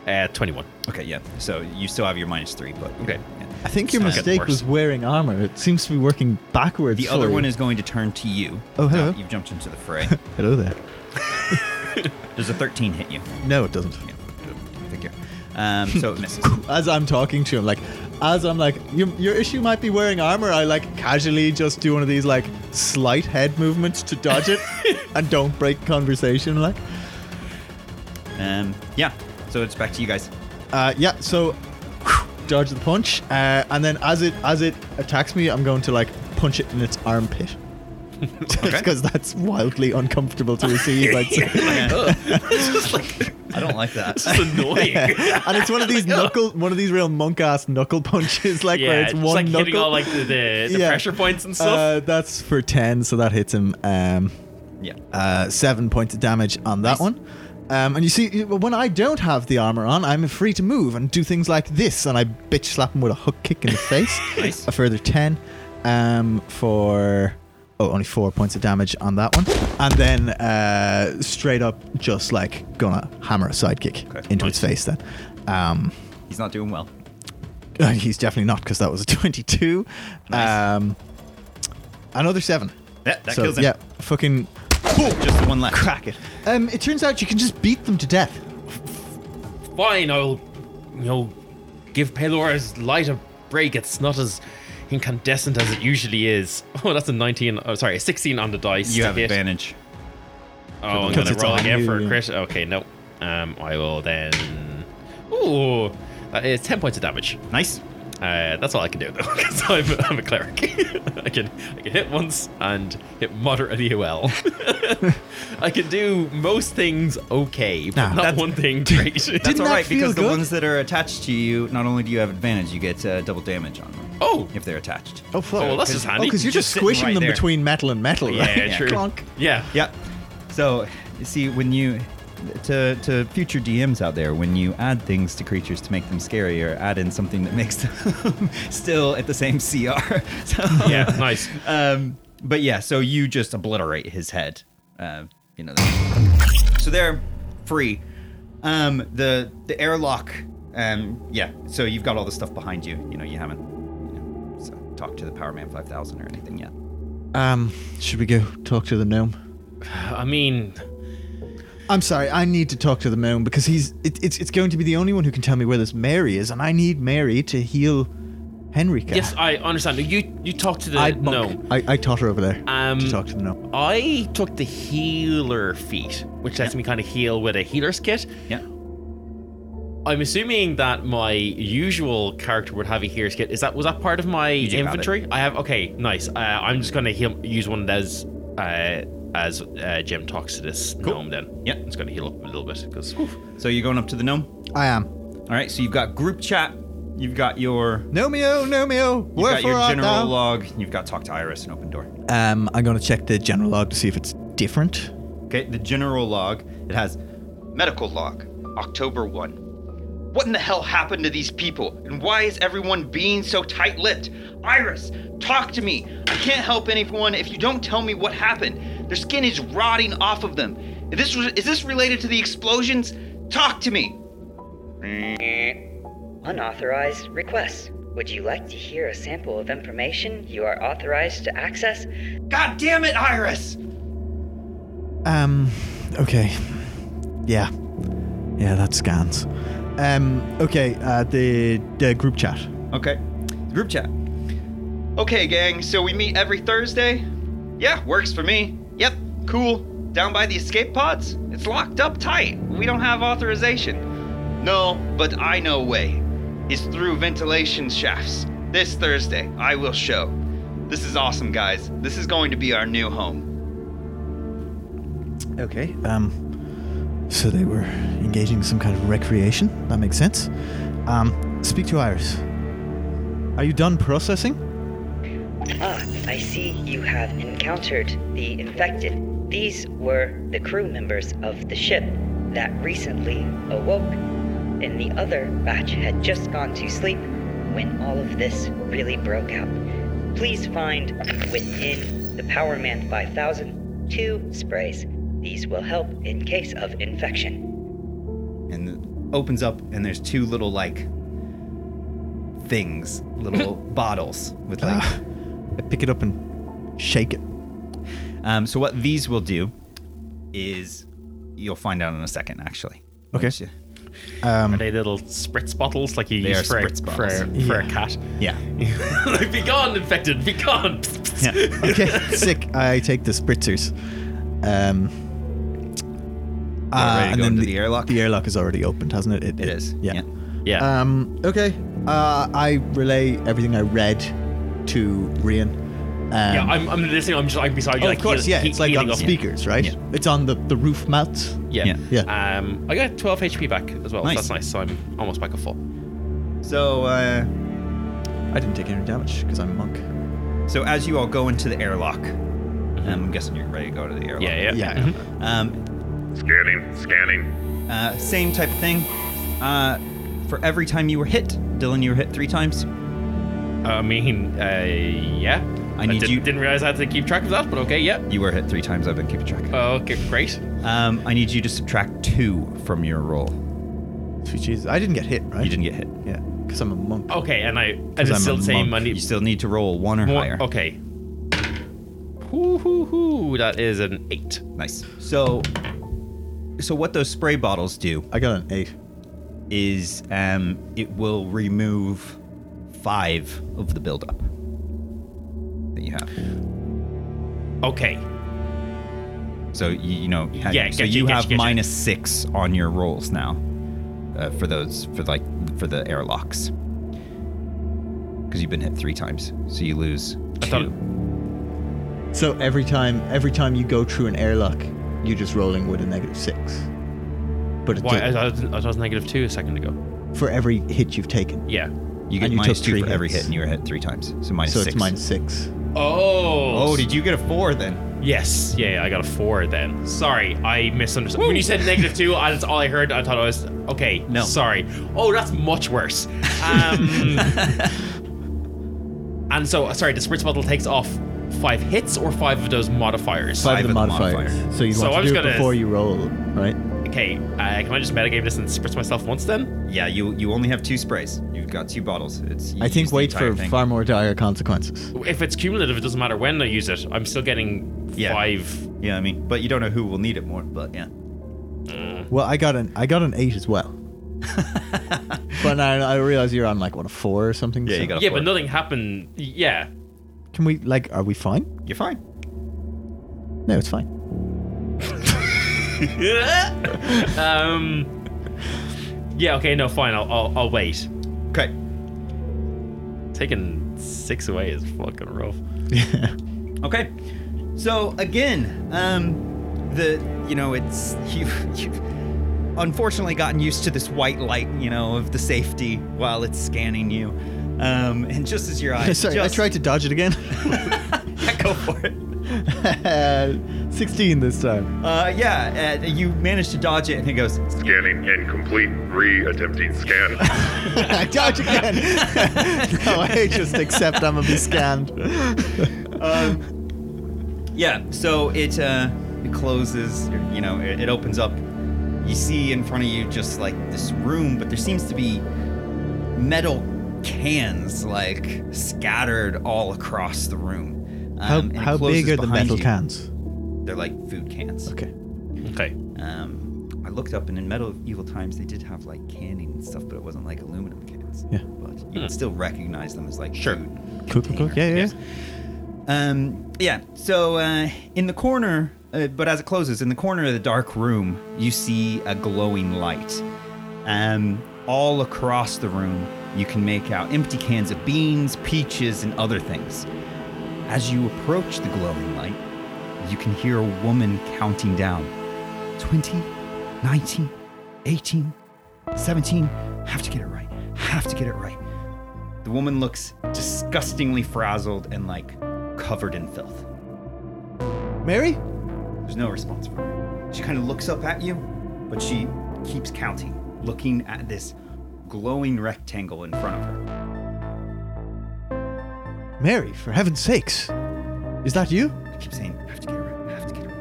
Uh, twenty-one.
Okay, yeah. So you still have your minus three, but
Okay.
yeah.
I think your
It's getting
mistake
worse.
was wearing armor. It seems to be working backwards.
The
for
other
you.
one is going to turn to you.
Oh, hello.
Uh, You've jumped into the fray.
Hello there.
Does a 13 hit you?
No, it doesn't.
Thank you. Um, so it misses.
as I'm talking to him, like, as I'm like, your, your issue might be wearing armor, I like casually just do one of these like slight head movements to dodge it and don't break conversation. Like,
Um, yeah. So it's back to you guys.
uh, yeah, so dodge the punch, uh, and then as it as it attacks me, I'm going to like punch it in its armpit.
Okay.
Because that's wildly uncomfortable to receive, I'd say.
Yeah.
It's just like
I don't like that.
it's just annoying.
and it's one of these knuckle, one of these real monk ass knuckle punches, like where
Yeah,
it's
it's
one
like
knuckle.
hitting all like the, the, the
Yeah.
pressure points and stuff.
Uh, that's for 10, so that hits him um,
Yeah.
uh, 7 points of damage on that
Nice.
one. Um, and you see, when I don't have the armor on, I'm free to move and do things like this. And I bitch slap him with a hook kick in the face. A further 10 um, for. Oh, only four points of damage on that one. And then uh, straight up, just like gonna hammer a sidekick
Okay.
into its face then. Um,
He's not doing well.
uh, he's definitely not because that was a 22. Um, another seven.
That, that
So,
kills him.
Yeah, fucking
Boom, just the one left.
crack it. Um, it turns out you can just beat them to death.
Fine, I'll, you know, give Pelora's light a break. It's not as incandescent as it usually is. Oh, that's a 19. Oh, sorry, a 16 on the dice.
You
to
have
hit.
advantage.
Oh, I'm
Because
gonna
it's
roll
on
again
you,
for a
yeah.
crit. Okay, no. Um, I will then. Ooh, that is 10 points of damage.
Nice.
Uh, that's all I can do though, because I'm, I'm a cleric. I can I can hit once and hit moderately well. I can do most things okay, but
Nah,
not
that's-
one thing great.
That's
Didn't
all
that
right because
feel
the
good?
ones that are attached to you, not only do you have advantage, you get uh, double damage on them
oh,
if they're attached.
Oh, fuck.
Oh, well, that's just
Oh,
handy.
because you're
Just
just
sitting
squishing
right
them
there.
between metal and metal, right?
yeah, true.
Clonk.
Yeah,
Yeah. So, you see, when you to to future DMs out there, when you add things to creatures to make them scarier, add in something that makes them still at the same CR. So,
yeah, nice.
Um, but yeah, so you just obliterate his head. Uh, you know. So they're free. Um, the the airlock. Um, yeah. So you've got all the stuff behind you. You know you haven't. You know, so talked to the Power Man Five Thousand or anything yet.
Um, should we go talk to the gnome?
I mean,
I'm sorry, I need to talk to the gnome because he's it, it's it's going to be the only one who can tell me where this Mary is, and I need Mary to heal Henrika.
yes, I understand. You you talk to the
I
no.
I, I taught her over there
Um,
to talk to the gnome.
I took the healer feat, which lets me kind of heal with a healer's kit.
Yeah.
I'm assuming that my usual character would have a healer's kit. Is that was that part of my
do have
inventory? I have okay, nice. Uh, I'm just gonna heal, use one of those uh, as uh, Jim talks to this gnome. Then
Yeah.
it's gonna heal up a little bit because
So you're going up to the gnome.
I am.
All right. So you've got group chat. You've got your.
Gnomeo, Gnomeo,
You've got
wherefore
your
art
general
thou?
log. and You've got talk to Iris and open door.
Um, I'm going to check the general log to see if it's different.
Okay, the general log. It has
Medical log, October 1. What in the hell happened to these people? And why is everyone being so tight lipped? Iris, talk to me. I can't help anyone if you don't tell me what happened. Their skin is rotting off of them. Is this, is this related to the explosions? Talk to me.
Eh. Unauthorized requests. Would you like to hear a sample of information you are authorized to access?
God damn it, Iris!
Um, okay. Yeah. Yeah, that scans. Um, okay, uh, the, the group chat.
okay. Group chat.
Okay, gang, so we meet every Thursday? Yeah, works for me. Yep, cool. Down by the escape pods? It's locked up tight. We don't have authorization. No, but I know a way. It's through ventilation shafts. This Thursday, I will show. This is awesome, guys. This is going to be our new home.
Okay. Um, so they were engaging in some kind of recreation. That makes sense. Um, speak to Iris. Are you done processing?
Ah, I see you have encountered the infected. These were the crew members of the ship that recently awoke, and the other batch had just gone to sleep when all of this really broke out. Please find within the Power Man 5000 two sprays. These will help in case of infection.
and it opens up and there's two little like things little bottles with
Uh,
like
I pick it up and shake it.
um, so what these will do is you'll find out in a second actually
Okay.
Once you-
are they little spritz bottles like you
They
use
are
for, a,
spritz
for, a,
bottles.
for a cat?
yeah
like, be gone, infected. Be gone.
yeah
Okay, sick. I take the spritzers. Um, uh,
ready to go into the airlock?
The airlock is already opened, hasn't it? It,
it is
yeah.
yeah.
Um, okay. Uh, I relay everything I read to Rian. Um,
yeah, I'm, I'm listening. I'm just I'm beside you.
oh,
like,
of course,
heal-
yeah.
he-
It's like on
healing
the
up.
speakers, right?
Yeah.
It's on the, the roof mats.
Yeah.
Yeah.
Um, I got 12 HP back as well. so
Nice.
that's nice. So I'm almost back at full.
so uh,
I didn't take any damage because I'm a monk.
so as um, you all go into the airlock i'm guessing you're ready to go to the airlock
Mm-hmm. Yeah, yeah.
Yeah.
Um,
Scanning, scanning.
Uh, same type of thing. Uh, for every time you were hit, Dylan, you were hit three times.
I mean, uh, yeah.
I need
did,
you-
Didn't realize I had to keep track of that, but okay, yeah.
You were hit three times. I've been keeping track.
Okay, great.
Um, I need you to subtract two from your roll.
Sweet Jesus. I didn't get hit, right?
You didn't get hit.
Yeah, because I'm a monk.
Okay, and I, and
Because
it's
I'm
still
a
the same.
monk.
I need
You still need to roll one or
more-
higher.
Okay. Hoo hoo hoo! That is an eight.
Nice. So, so what those spray bottles do
I got an eight.
is um, it will remove five of the buildup that you have.
Okay.
So you, you know, you have-
Yeah,
so
getcha,
you
getcha,
have
getcha.
minus six on your rolls now uh, for those for like for the airlocks because you've been hit three times, so you lose
I
two.
thought-
So every time, every time you go through an airlock, you're just rolling with a negative six. But it
Why? I,
does-
I, was, I was negative two a second ago.
for every hit you've taken,
Yeah.
you get
and you
minus
took
two
three
for every
hits.
hit, and you were hit three times, so minus
so
six.
it's minus six.
Oh.
Oh, did you get a four then?
Yes. Yeah, I got a four then. Sorry, I misunderstood. When you said negative two, I, that's all I heard. I thought I was okay.
No.
Sorry. Oh, that's much worse. Um, and so, uh, sorry, the spritz bottle takes off five hits or five of those modifiers.
Five,
Five
of the
of the
modifiers.
modifier.
So you
So
want
I
to
was
do it
gonna-
before you roll, right?
Okay. Uh, can I just metagame this and spritz myself once then?
Yeah, you you only have two sprays. You've got two bottles. It's. you
I
use
think
the
wait
entire
for
thing.
far more dire consequences.
If it's cumulative, it doesn't matter when I use it. I'm still getting
Yeah.
five.
Yeah, I mean, but you don't know who will need it more. But yeah.
Well, I got an I got an eight as well. but I, I realize you're on like what a four or something.
Yeah,
so-
you got a
Yeah,
four.
but nothing happened. Yeah.
Can we like? Are we fine?
You're fine.
No, it's fine.
um. Yeah. Okay. No. Fine. I'll. I'll, I'll wait.
Okay.
Taking six away is fucking rough.
Okay. So again, um, the you know it's you've, you've unfortunately gotten used to this white light, you know, of the safety while it's scanning you, um, and just as your eyes,
Sorry, I
just,
tried to dodge it again.
go for it.
Sixteen this time.
Uh, yeah, uh, you manage to dodge it, and it goes.
Scanning incomplete. Re-attempting scan.
dodge again. no, I just accept I'm gonna be scammed.
Yeah, so it uh, it closes. You know, it, it opens up. You see in front of you just like this room, but there seems to be metal cans like scattered all across the room. Um,
How,
and it
how
closes
big are the
behind
metal
you.
cans?
They're like food cans.
Okay.
Okay.
Um, I looked up, and in Metal Evil Times, they did have like canning and stuff, but it wasn't like aluminum cans.
Yeah.
But you would still recognize them as like
Sure.
food
Cool, cool, cool.
container.
Yeah, yeah.
Yes.
Um, yeah. So uh, in the corner, uh, but as it closes, in the corner of the dark room, you see a glowing light. Um, all across the room, you can make out empty cans of beans, peaches, and other things. As you approach the glowing light, you can hear a woman counting down 20, 19, 18, 17. Have to get it right. Have to get it right. The woman looks disgustingly frazzled and like covered in filth.
Mary?
There's no response from her. She kind of looks up at you, but she keeps counting, looking at this glowing rectangle in front of her.
Mary, for heaven's sakes. Is that you?
She keeps saying, I have to get it right. I have to get it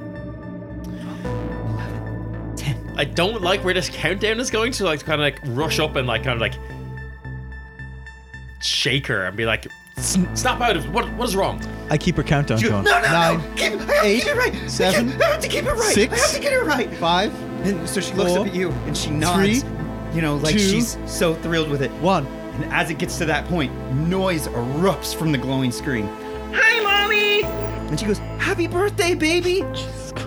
right. 11, 10.
I don't like where this countdown is going to like kind of like rush up and like kind of like shake her and be like, "S- snap out of it. What, what is wrong?
I keep her countdown
You-
going.
no, no,
Nine,
no. Keep, I have
eight,
to get it right. I can't-
seven,
I have to keep it right. I have
six,
to get it right.
five,
And so she looks
four,
up at you and she nods.
three,
you know, like
two,
she's so thrilled with it.
one.
And as it gets to that point, noise erupts from the glowing screen.
Hi, Mommy!
And she goes, Happy birthday, baby!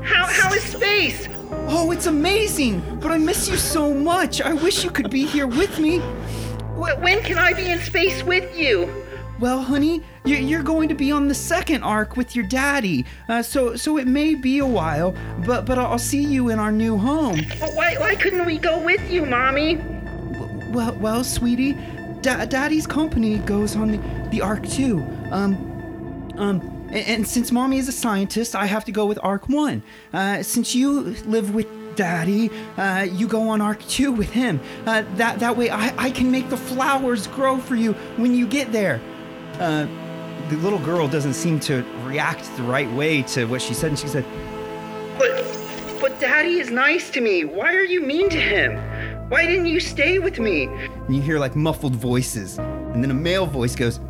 How, how is space?
Oh, it's amazing! But I miss you so much. I wish you could be here with me.
Wh- when can I be in space with you?
Well, honey, you- you're going to be on the second arc with your daddy, uh, so so it may be a while. But but I'll see you in our new home.
Why, why couldn't we go with you, Mommy?
W- Well, well, sweetie, da- daddy's company goes on the, the arc too. Um, um. a- And since mommy is a scientist, I have to go with Arc One. Uh, since you live with Daddy. Uh, you go on arc two with him. Uh, that that way, I, I can make the flowers grow for you when you get there." Uh, the little girl doesn't seem to react the right way to what she said, and she said,
But, but Daddy is nice to me. Why are you mean to him? Why didn't you stay with me?
and you hear like muffled voices, and then a male voice goes,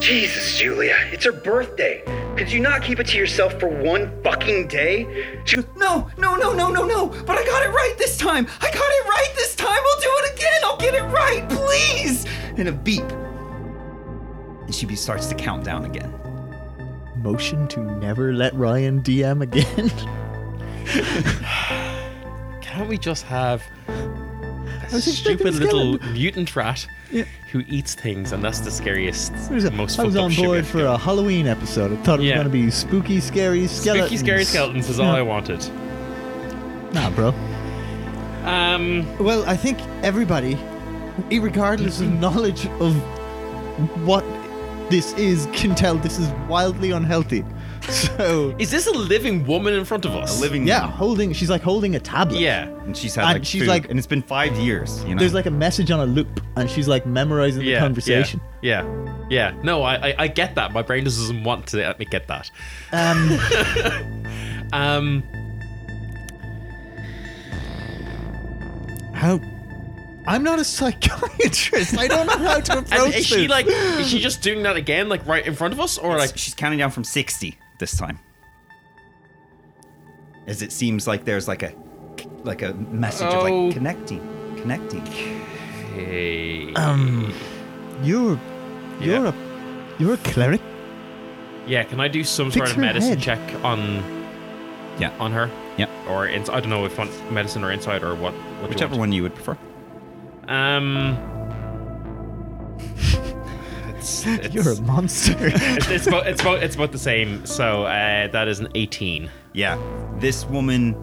Jesus, Julia, it's her birthday. Could you not keep it to yourself for one fucking day?
She goes, No, no, no, no, no, no. But I got it right this time. I got it right this time. I'll do it again. I'll get it right, please. And a beep. And she be- starts to count down again.
Motion to never let Ryan DM again.
Can't we just have a
was expecting
stupid little
skeleton.
mutant rat
Yeah.
who eats things, and that's the scariest,
I was,
most
I was
fucked up
on
shit we
board
have to
for
do.
a Halloween episode. I thought it was
Yeah.
going to be spooky, scary skeletons.
Spooky scary skeletons is all I wanted.
Nah, bro.
Um,
Well, I think everybody, regardless of knowledge of what this is, can tell this is wildly unhealthy. So,
is this a living woman in front of us?
yeah, holding. She's like holding a tablet.
Yeah.
And she's had
And
like
she's
food,
like-
and it's been five years. You know.
There's like a message on a loop, and she's like memorizing
Yeah.
the conversation.
Yeah. Yeah. yeah. No, I, I I get that. My brain just doesn't want to let me get that.
Um,
Um.
how? I'm not a psychiatrist. I don't know how to approach
And is she
this.
like? Is she just doing that again, like right in front of us, or like?
she's counting down from 60 this time. As it seems like there's like a like a message of
Oh.
like connecting, connecting.
Hey.
um, you're, you're
Yeah.
a, you're a cleric.
Yeah. Can I do some sort
Fix
of
her
medicine
head.
check on?
Yeah.
On her.
Yeah.
Or ins- I don't know if want medicine or insight or what. what do you
Whichever
want.
one you would prefer.
Um. It's, it's,
You're a monster.
it's, it's, about, it's, about, it's about the same. So uh, that is an 18.
Yeah, this woman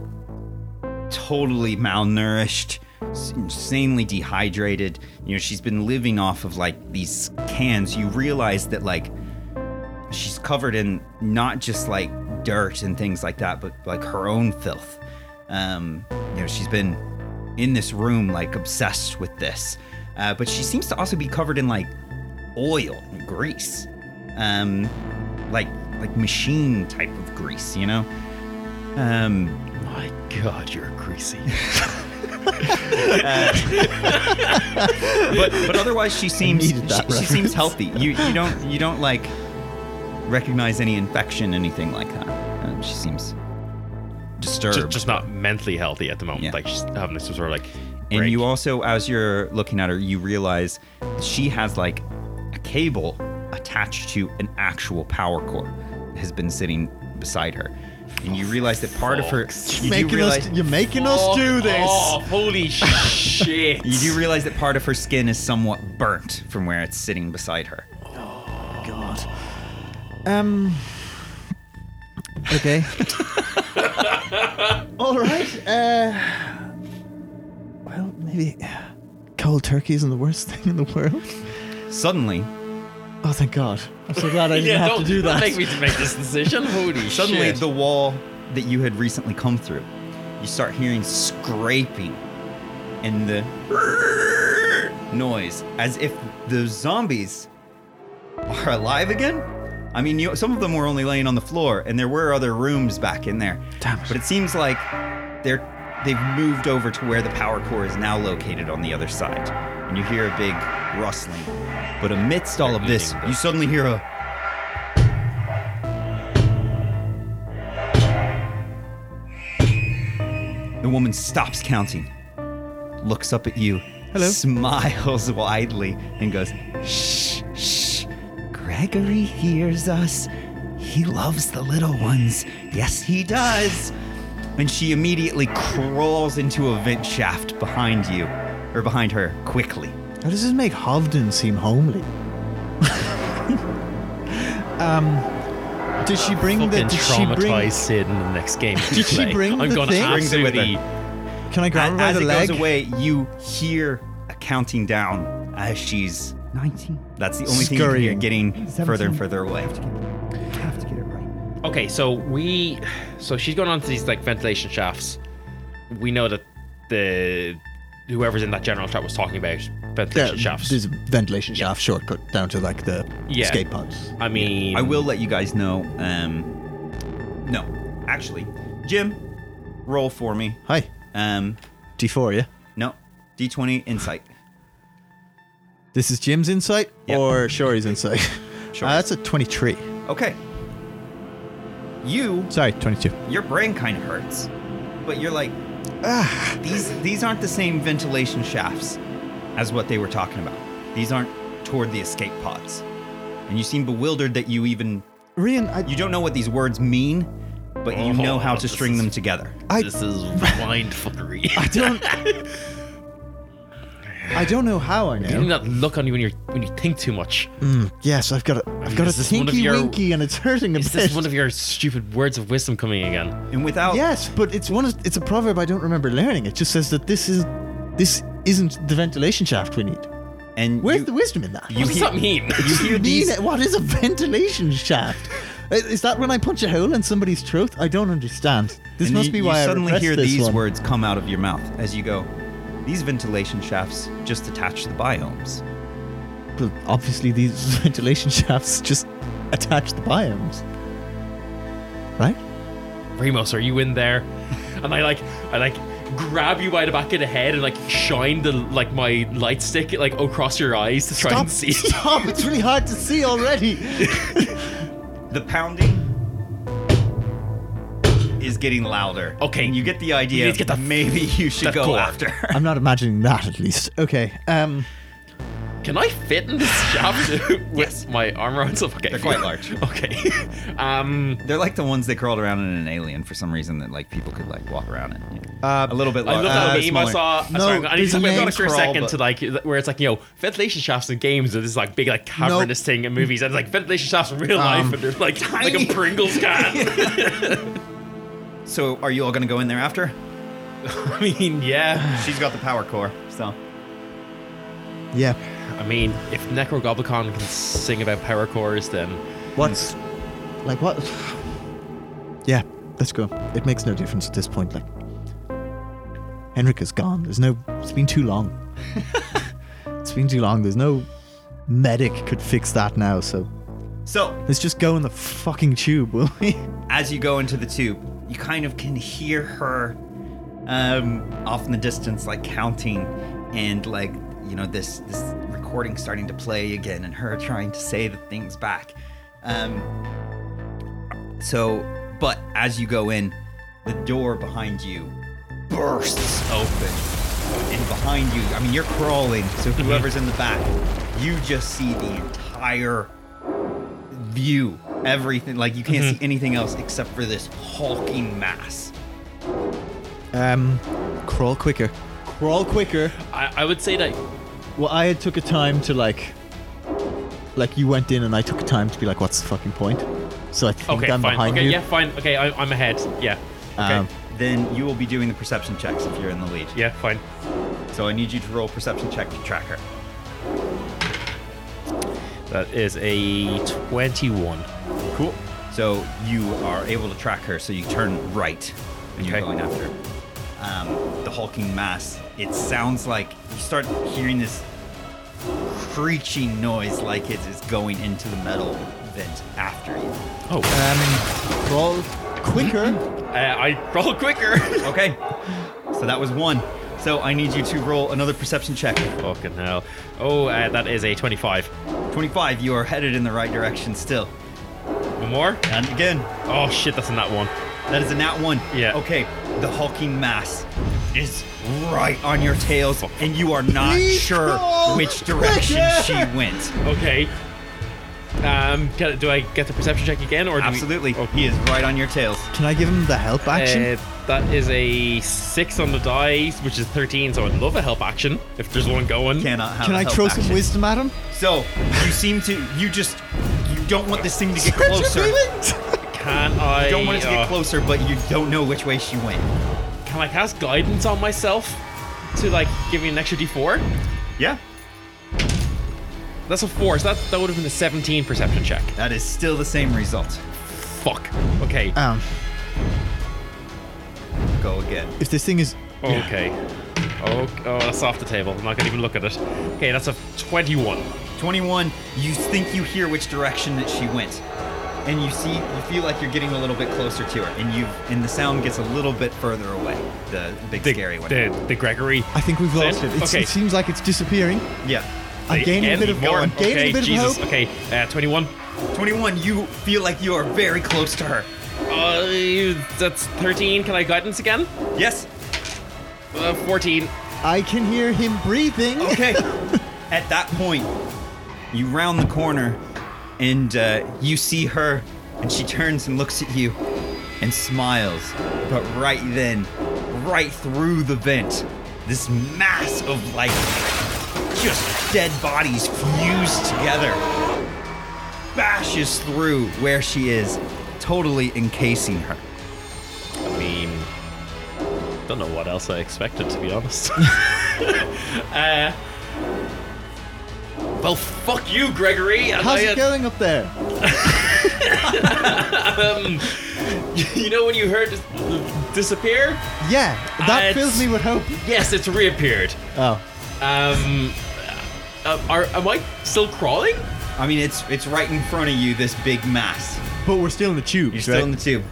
totally malnourished, s- insanely dehydrated. You know, she's been living off of like these cans. You realize that like she's covered in not just like dirt and things like that, but like her own filth. Um, you know, she's been in this room like obsessed with this. Uh, but she seems to also be covered in like oil and grease. Um, like like machine type of grease, you know? Um,
My God, you're greasy.
but but otherwise she seems
needed that
she, she
reference.
seems healthy. You you don't you don't like recognize any infection anything like that. Um, she seems disturbed.
just, just not mentally healthy at the moment.
Yeah.
Like she's having this sort of like.
and
break.
you also as you're looking at her, you realize she has like a cable attached to an actual power cord that has been sitting beside her. And
Oh,
you realize that part of her
Fuck's
you do
making
realize,
us, you're making us do this.
Oh, holy shit!
You do realize that part of her skin is somewhat burnt from where it's sitting beside her.
Um. Okay. All right. Uh. Well, maybe cold turkey isn't the worst thing in the world.
Suddenly,
Oh, thank God! I'm so glad I didn't have
don't,
to do
don't
that.
make me to make this decision. Holy
suddenly
shit!
the wall that you had recently come through, you start hearing scraping and the noise as if the zombies are alive again. I mean, you, some of them were only laying on the floor, and there were other rooms back in there.
Damn it.
But it seems like they're they've moved over to where the power core is now located on the other side, and you hear a big rustling. But amidst all of this,
eating the-
you suddenly hear a The woman stops counting, looks up at you,
Hello.
smiles widely, and goes, Shh, shh. Gregory hears us. He loves the little ones. Yes, he does. And she immediately crawls into a vent shaft behind you, or behind her, quickly.
How does this make Hovden seem homely? um. Did she bring the?
fucking
Did she
traumatize
bring?
Sid in the next game. we
Did she
play.
bring
I'm
the
gonna
thing?
Brings it with her.
absolutely.
Can I grab
As,
her by
as
the leg?
it goes away, you hear a counting down as she's 19. That's the only thing you are
Scurrying.
getting further and
17.
further away.
Okay, so we, so she's going onto these like ventilation shafts, we know that the whoever's in that general shop was talking about ventilation
There-
shafts.
There's a ventilation shaft shortcut down to like the
Yeah.
escape pods.
I mean,
I will let you guys know. Um, no, actually, Jim, roll for me.
Hi,
Um,
D4, yeah?
no, D20 insight.
This is Jim's insight
Yep.
or Shori's insight? Uh, that's a 23.
Okay. You,
Sorry, 22.
your brain kind of hurts, but you're like, ah, these these aren't the same ventilation shafts as what they were talking about. These aren't toward the escape pods, and you seem bewildered that you even
Rian, I,
you don't know what these words mean, but you know how
Oh,
to
this
string
is-
them together.
I-
this is mindfuckery.
I don't. I don't know how I
Getting
know. Hmm,
that look on you when you when you think too much.
Yes, I've got a, I've got
is
a
this one of
tinky
your-
winky, and it's hurting a
Is
bit.
this one of your stupid words of wisdom coming again?
And without
yes, but it's one. Of, it's a proverb I don't remember learning. It just says that this is, this isn't the ventilation shaft we need.
and
Where's
you-
the wisdom in that?
you
What does
hear-
that mean?
You mean it? What is a ventilation shaft? I- Is that when I punch a hole in somebody's throat? I don't understand. This
and
must
you-
be
you
why I
suddenly
repressed
hear
this
these
one.
words come out of your mouth as you go. These ventilation shafts just attach the biomes.
Well, obviously, these ventilation shafts just attach the biomes, right?
Ramos, are you in there? And I like, I like grab you by the back of the head and like shine the like my light stick like across your eyes to try and see.
Stop! It's really hard to see already.
The pounding is getting louder.
Okay.
And you get the idea.
need to get that-
maybe you should
that
go
core.
after. her.
I'm not imagining that, at least. Okay. Um.
Can I fit in this shaft with my armor and stuff? Okay,
They're quite large.
Okay, um,
They're like the ones that crawled around in an alien for some reason that like people could like walk around in.
Uh,
a little bit
I
larger.
love that
Uh,
meme I
smaller.
saw.
No,
sorry, I need
there's
to
a
go
name
for a
crawl,
second
but-
to like where it's like you know ventilation shafts in games and this is like big like cavernous thing in movies and it's like ventilation shafts in real
Um,
life and they're like like a Pringles can.
So are you all gonna go in there after?
I mean, yeah.
She's got the power core, so
Yeah.
I mean, if Necrogoblicon can sing about power cores, then
What's like what? Yeah. Let's go. It makes no difference at this point. Like, Henrika's gone. There's no. It's been too long. it's been too long. There's no medic could fix that now. So
so
let's just go in the fucking tube, will we?
as you go into the tube, you kind of can hear her um, off in the distance, like counting, and like you know this this recording starting to play again, and her trying to say the things back. Um, so, but as you go in, the door behind you bursts open, and behind you, I mean, you're crawling. So whoever's in the back, you just see the entire view everything like you
Mm-hmm.
can't see anything else except for this hulking mass
Um, crawl quicker. Crawl quicker.
I, I would say that
Well, I took a time to like, like you went in, and I took a time to be like, "What's the fucking point?" So I think
okay,
I'm
fine,
behind
okay,
you.
yeah, fine, okay, I, I'm ahead, yeah,
okay
Um,
then you will be doing the perception checks if you're in the lead
yeah, fine.
so i need you to roll perception check to track her
That is a twenty-one.
cool so you are able to track her so you turn right and you're
Okay.
going after her. um, the hulking mass it sounds like you start hearing this creaking noise like it is going into the metal vent after you
Oh,
Um, crawl quicker.
uh, I roll quicker.
okay so that was one so i need you to roll another perception check
Fucking hell. Oh, uh, that is a twenty-five.
25, you are headed in the right direction still.
One more.
And again,
Oh shit, that's in that one.
that is a nat one.
Yeah.
Okay, the hulking mass is right on your tails, and you are not
Please
sure
call
which direction
quicker.
she went.
Okay. Um, can, do I get the perception check again, or do we-
Absolutely.
Oh,
He is right on your tails.
Can I give him the help action?
Uh, that is a six on the dice, which is thirteen. So I'd love a help action if there's one going.
Cannot have
Can
a
I
help
throw
action.
some wisdom at him?
So, you seem to, you just, you don't want this thing to get closer. You
Can I?
don't want it to
uh,
get closer, but you don't know which way she went.
Can I cast guidance on myself to like give me an extra d4?
Yeah.
That's a four. So that that would have been a seventeen perception check.
That is still the same result.
Fuck. Okay.
Um,
go again.
If this thing is.
Okay. Oh, oh, that's off the table. I'm not gonna even look at it. Okay, that's a 21.
21, you think you hear which direction that she went. And you see, you feel like you're getting a little bit closer to her, and you and the sound gets a little bit further away. The big
The,
scary one.
The, the Gregory.
I think we've
That's
lost
it?
it. It's,
Okay.
It seems like it's disappearing.
yeah.
I'm
The
gaining a
end
bit of,
more.
I'm gaining
okay,
a bit
Jesus.
of hope.
Okay, uh, 21.
21, you feel like you are very close to her.
Uh, that's 13. Can I guidance again?
Yes?
Uh, 14.
I can hear him breathing.
Okay. At that point, you round the corner, and uh, you see her, and she turns and looks at you and smiles. But right then, right through the vent, this mass of like just dead bodies fused together bashes through where she is, totally encasing her.
I mean, don't know what else I expected, to be honest. uh, well, fuck you, Gregory. And
How's
I, uh,
it going up there?
You know when you heard dis- disappear?
Yeah, that
it's-
fills me with hope.
Yes, it's reappeared.
Oh.
Um, uh, are, am I still crawling?
I mean, it's it's right in front of you, this big mass.
But we're still in the tube.
You're still in the tube.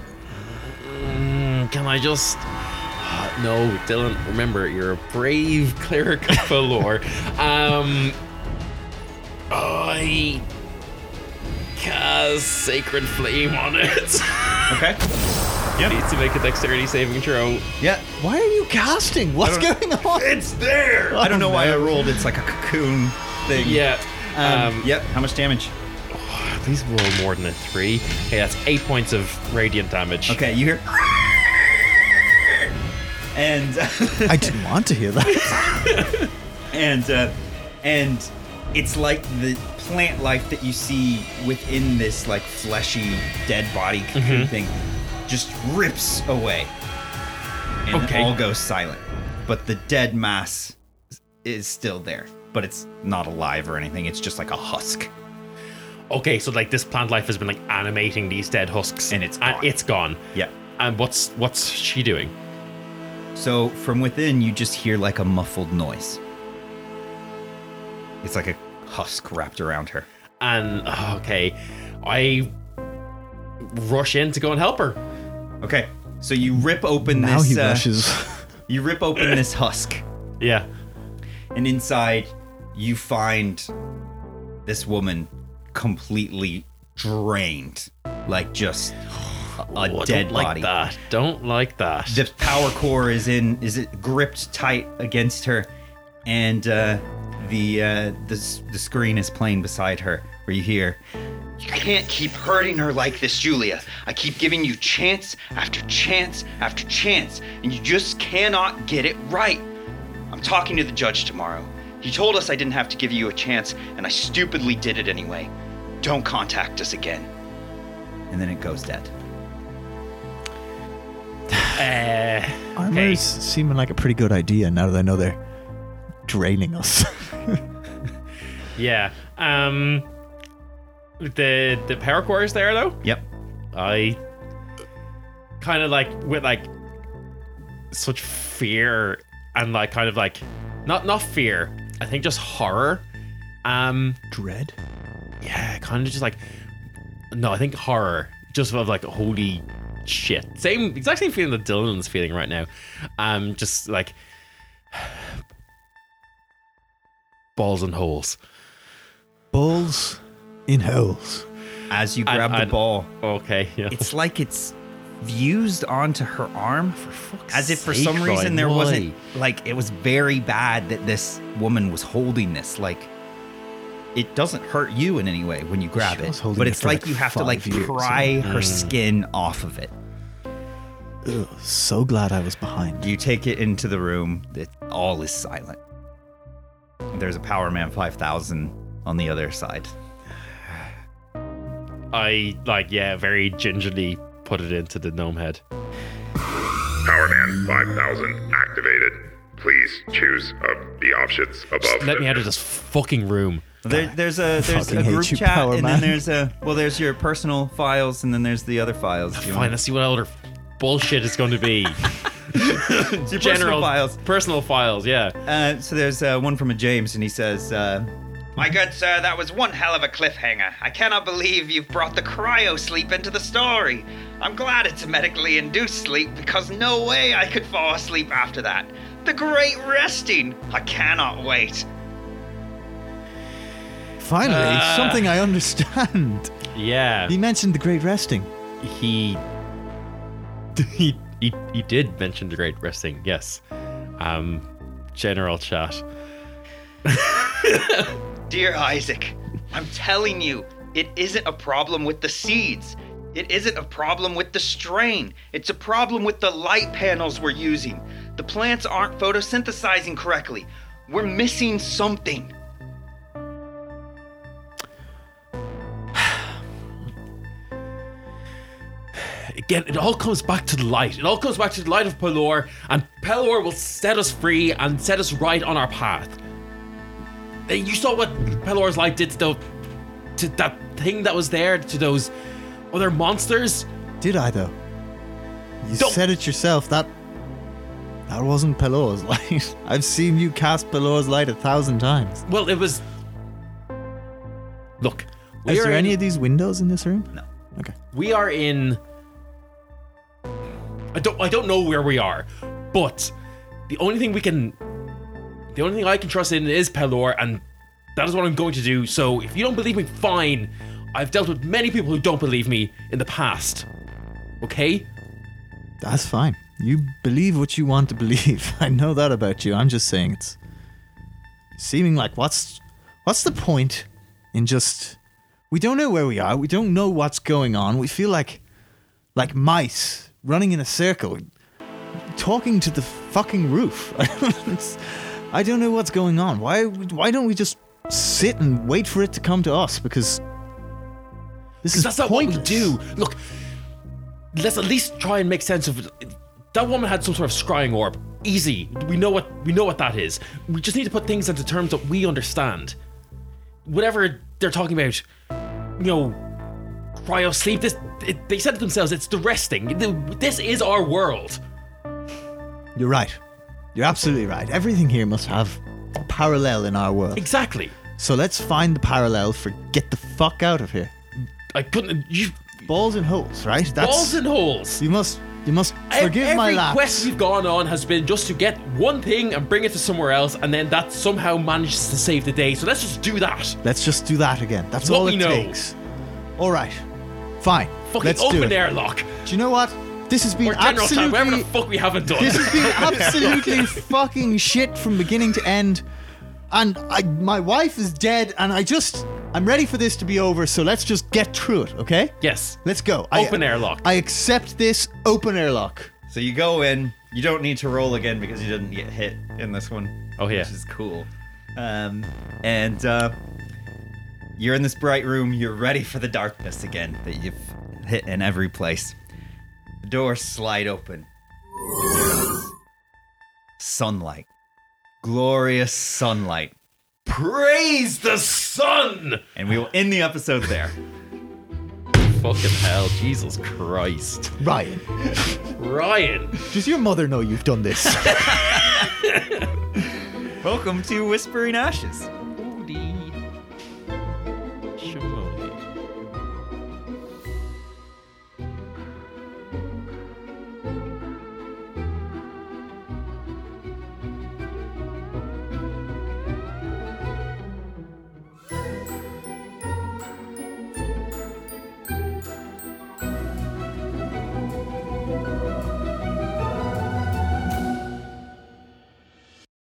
Can I just? Ah, No, Dylan. Remember, you're a brave cleric of Valor. um, I cast Sacred Flame on it.
Okay.
It Needs to make a dexterity saving throw.
Yeah.
Why are you casting? What's going on?
It's there. I don't know why I rolled. It's like a cocoon thing.
Oh, Yeah.
Um,
Um,
yep. How much damage?
Please roll more than a three. Okay, that's eight points of radiant damage.
Okay, you hear. And
I didn't want to hear that.
and uh, and it's like the plant life that you see within this like fleshy dead body cocoon
Mm-hmm.
thing just rips away. And
Okay.
it all goes silent. But the dead mass is still there. But it's not alive or anything. It's just like a husk.
Okay, so like this plant life has been like animating these dead husks,
And it's gone.
it's gone.
Yeah.
And what's what's she doing?
So from within, you just hear like a muffled noise. It's like a husk wrapped around her.
And oh, okay, I rush in to go and help her.
Okay, so you rip open
now
this.
he
uh,
rushes.
You rip open this husk,
Yeah.
and inside, you find this woman completely drained, like just a, a
Oh, I
dead
don't like
body.
that. Don't like that.
the power core is in is it gripped tight against her and uh, the uh, the s- the screen is playing beside her where you hear
You can't keep hurting her like this, Julia. I keep giving you chance after chance after chance, and you just cannot get it right. I'm talking to the judge tomorrow. He told us I didn't have to give you a chance, and I stupidly did it anyway. Don't contact us again.
and then it goes dead.
Uh, okay.
Armors seeming like a pretty good idea now that I know they're draining us.
Yeah. Um. The the power core is there though.
Yep.
I kind of like with like such fear and like kind of like not not fear. I think just horror. Um.
Dread?
Yeah. Kind of just like no. I think horror. Just of like holy shit. Same exact same feeling that Dylan's feeling right now. Um. Just like balls and holes.
Balls in holes.
As you
I-
grab
I-
the ball,
Okay. Yeah.
it's like it's fused onto her arm as if for
sake,
some reason
Ryan,
there
why?
wasn't like it was very bad that this woman was holding this like it doesn't hurt you in any way when you grab
She was
it
holding
but
it
it's
for,
like,
like,
you have to
five
like
years,
pry her skin off of it
Ugh, so glad I was behind.
you take it into the room it all is silent there's a power man 5000 on the other side
I like yeah, very gingerly put it into the gnome head.
Power Man 5000 activated. Please choose of the options above.
Just let me out of
the-
this fucking room.
There, there's a there's
Fucking
a
hate
group
you,
chat,
Power
and
Man.
then there's a well, there's your personal files, and then there's the other files. Do you
Fine,
want-
let's see what other bullshit it's going to be.
Your
General
personal files.
Personal files, yeah.
Uh, so there's uh, one from a James, and he says, uh,
My good sir, that was one hell of a cliffhanger. I cannot believe you've brought the cryo sleep into the story. I'm glad it's a medically induced sleep because no way I could fall asleep after that. The great resting. I cannot wait.
Finally, something I understand.
Ah. Yeah.
He mentioned the great resting.
he he he, he did mention the great resting yes um general chat
Dear Isaac, I'm telling you, it isn't a problem with the seeds. It isn't a problem with the strain. It's a problem with the light panels we're using. The plants aren't photosynthesizing correctly. We're missing something.
again it all comes back to the light it all comes back to the light of pelor and pelor will set us free and set us right on our path Uh, you saw what pelor's light did to, the, to that thing that was there to those other monsters
Did I though? You
Don't-
said it yourself. That that wasn't Pelor's light. I've seen you cast Pelor's light a thousand times.
well it was look
Is there
we're
any
in-
of these windows in this room? No. Okay.
we are in I don't I don't know where we are, but the only thing we can the only thing I can trust in is Pelor and that is what I'm going to do. So if you don't believe me, fine. I've dealt with many people who don't believe me in the past. Okay?
That's fine. You believe what you want to believe. I know that about you. I'm just saying it's seeming like what's what's the point in just we don't know where we are. We don't know what's going on. We feel like like mice running in a circle talking to the fucking roof. It's- I don't know what's going on. Why why don't we just sit and wait for it to come to us because this is
Because that's not
pointless.
what we do. Look, let's at least try and make sense of it. That woman had some sort of scrying orb. Easy. We know what we know what that is. We just need to put things into terms that we understand. Whatever they're talking about, you know, cryo sleep. This it, they said it themselves. It's the resting. Th- This is our world.
You're right. You're absolutely right. Everything here must have a parallel in our world.
Exactly.
So let's find the parallel for get the fuck out of here.
I couldn't. You
Balls and holes, right? That's
balls and holes.
you must you must
Ev-
forgive
Every
my lapse.
quest we've gone on has been just to get one thing and bring it to somewhere else, and then that somehow manages to save the day. So let's just do that.
Let's just do that again. That's
What
all
we
it
know.
takes. All right. Fine.
Fucking
let's do
open
it.
airlock
Do you know what? This has been
or general time, whatever the
absolutely
fuck we haven't done.
This has been absolutely fucking shit from beginning to end. And I, my wife is dead, and I just, I'm ready for this to be over, so let's just get through it, okay?
yes.
Let's go.
Open
I,
airlock.
I accept this open airlock.
So you go in. You don't need to roll again because you didn't get hit in this one.
Oh, yeah.
which is cool. Um, and uh, you're in this bright room. You're ready for the darkness again that you've hit in every place. The doors slide open. Sunlight, glorious sunlight,
Praise the sun.
and we will end the episode there.
Fucking hell, Jesus Christ,
Ryan,
Ryan.
does your mother know you've done this?
Welcome to Whispering Ashes.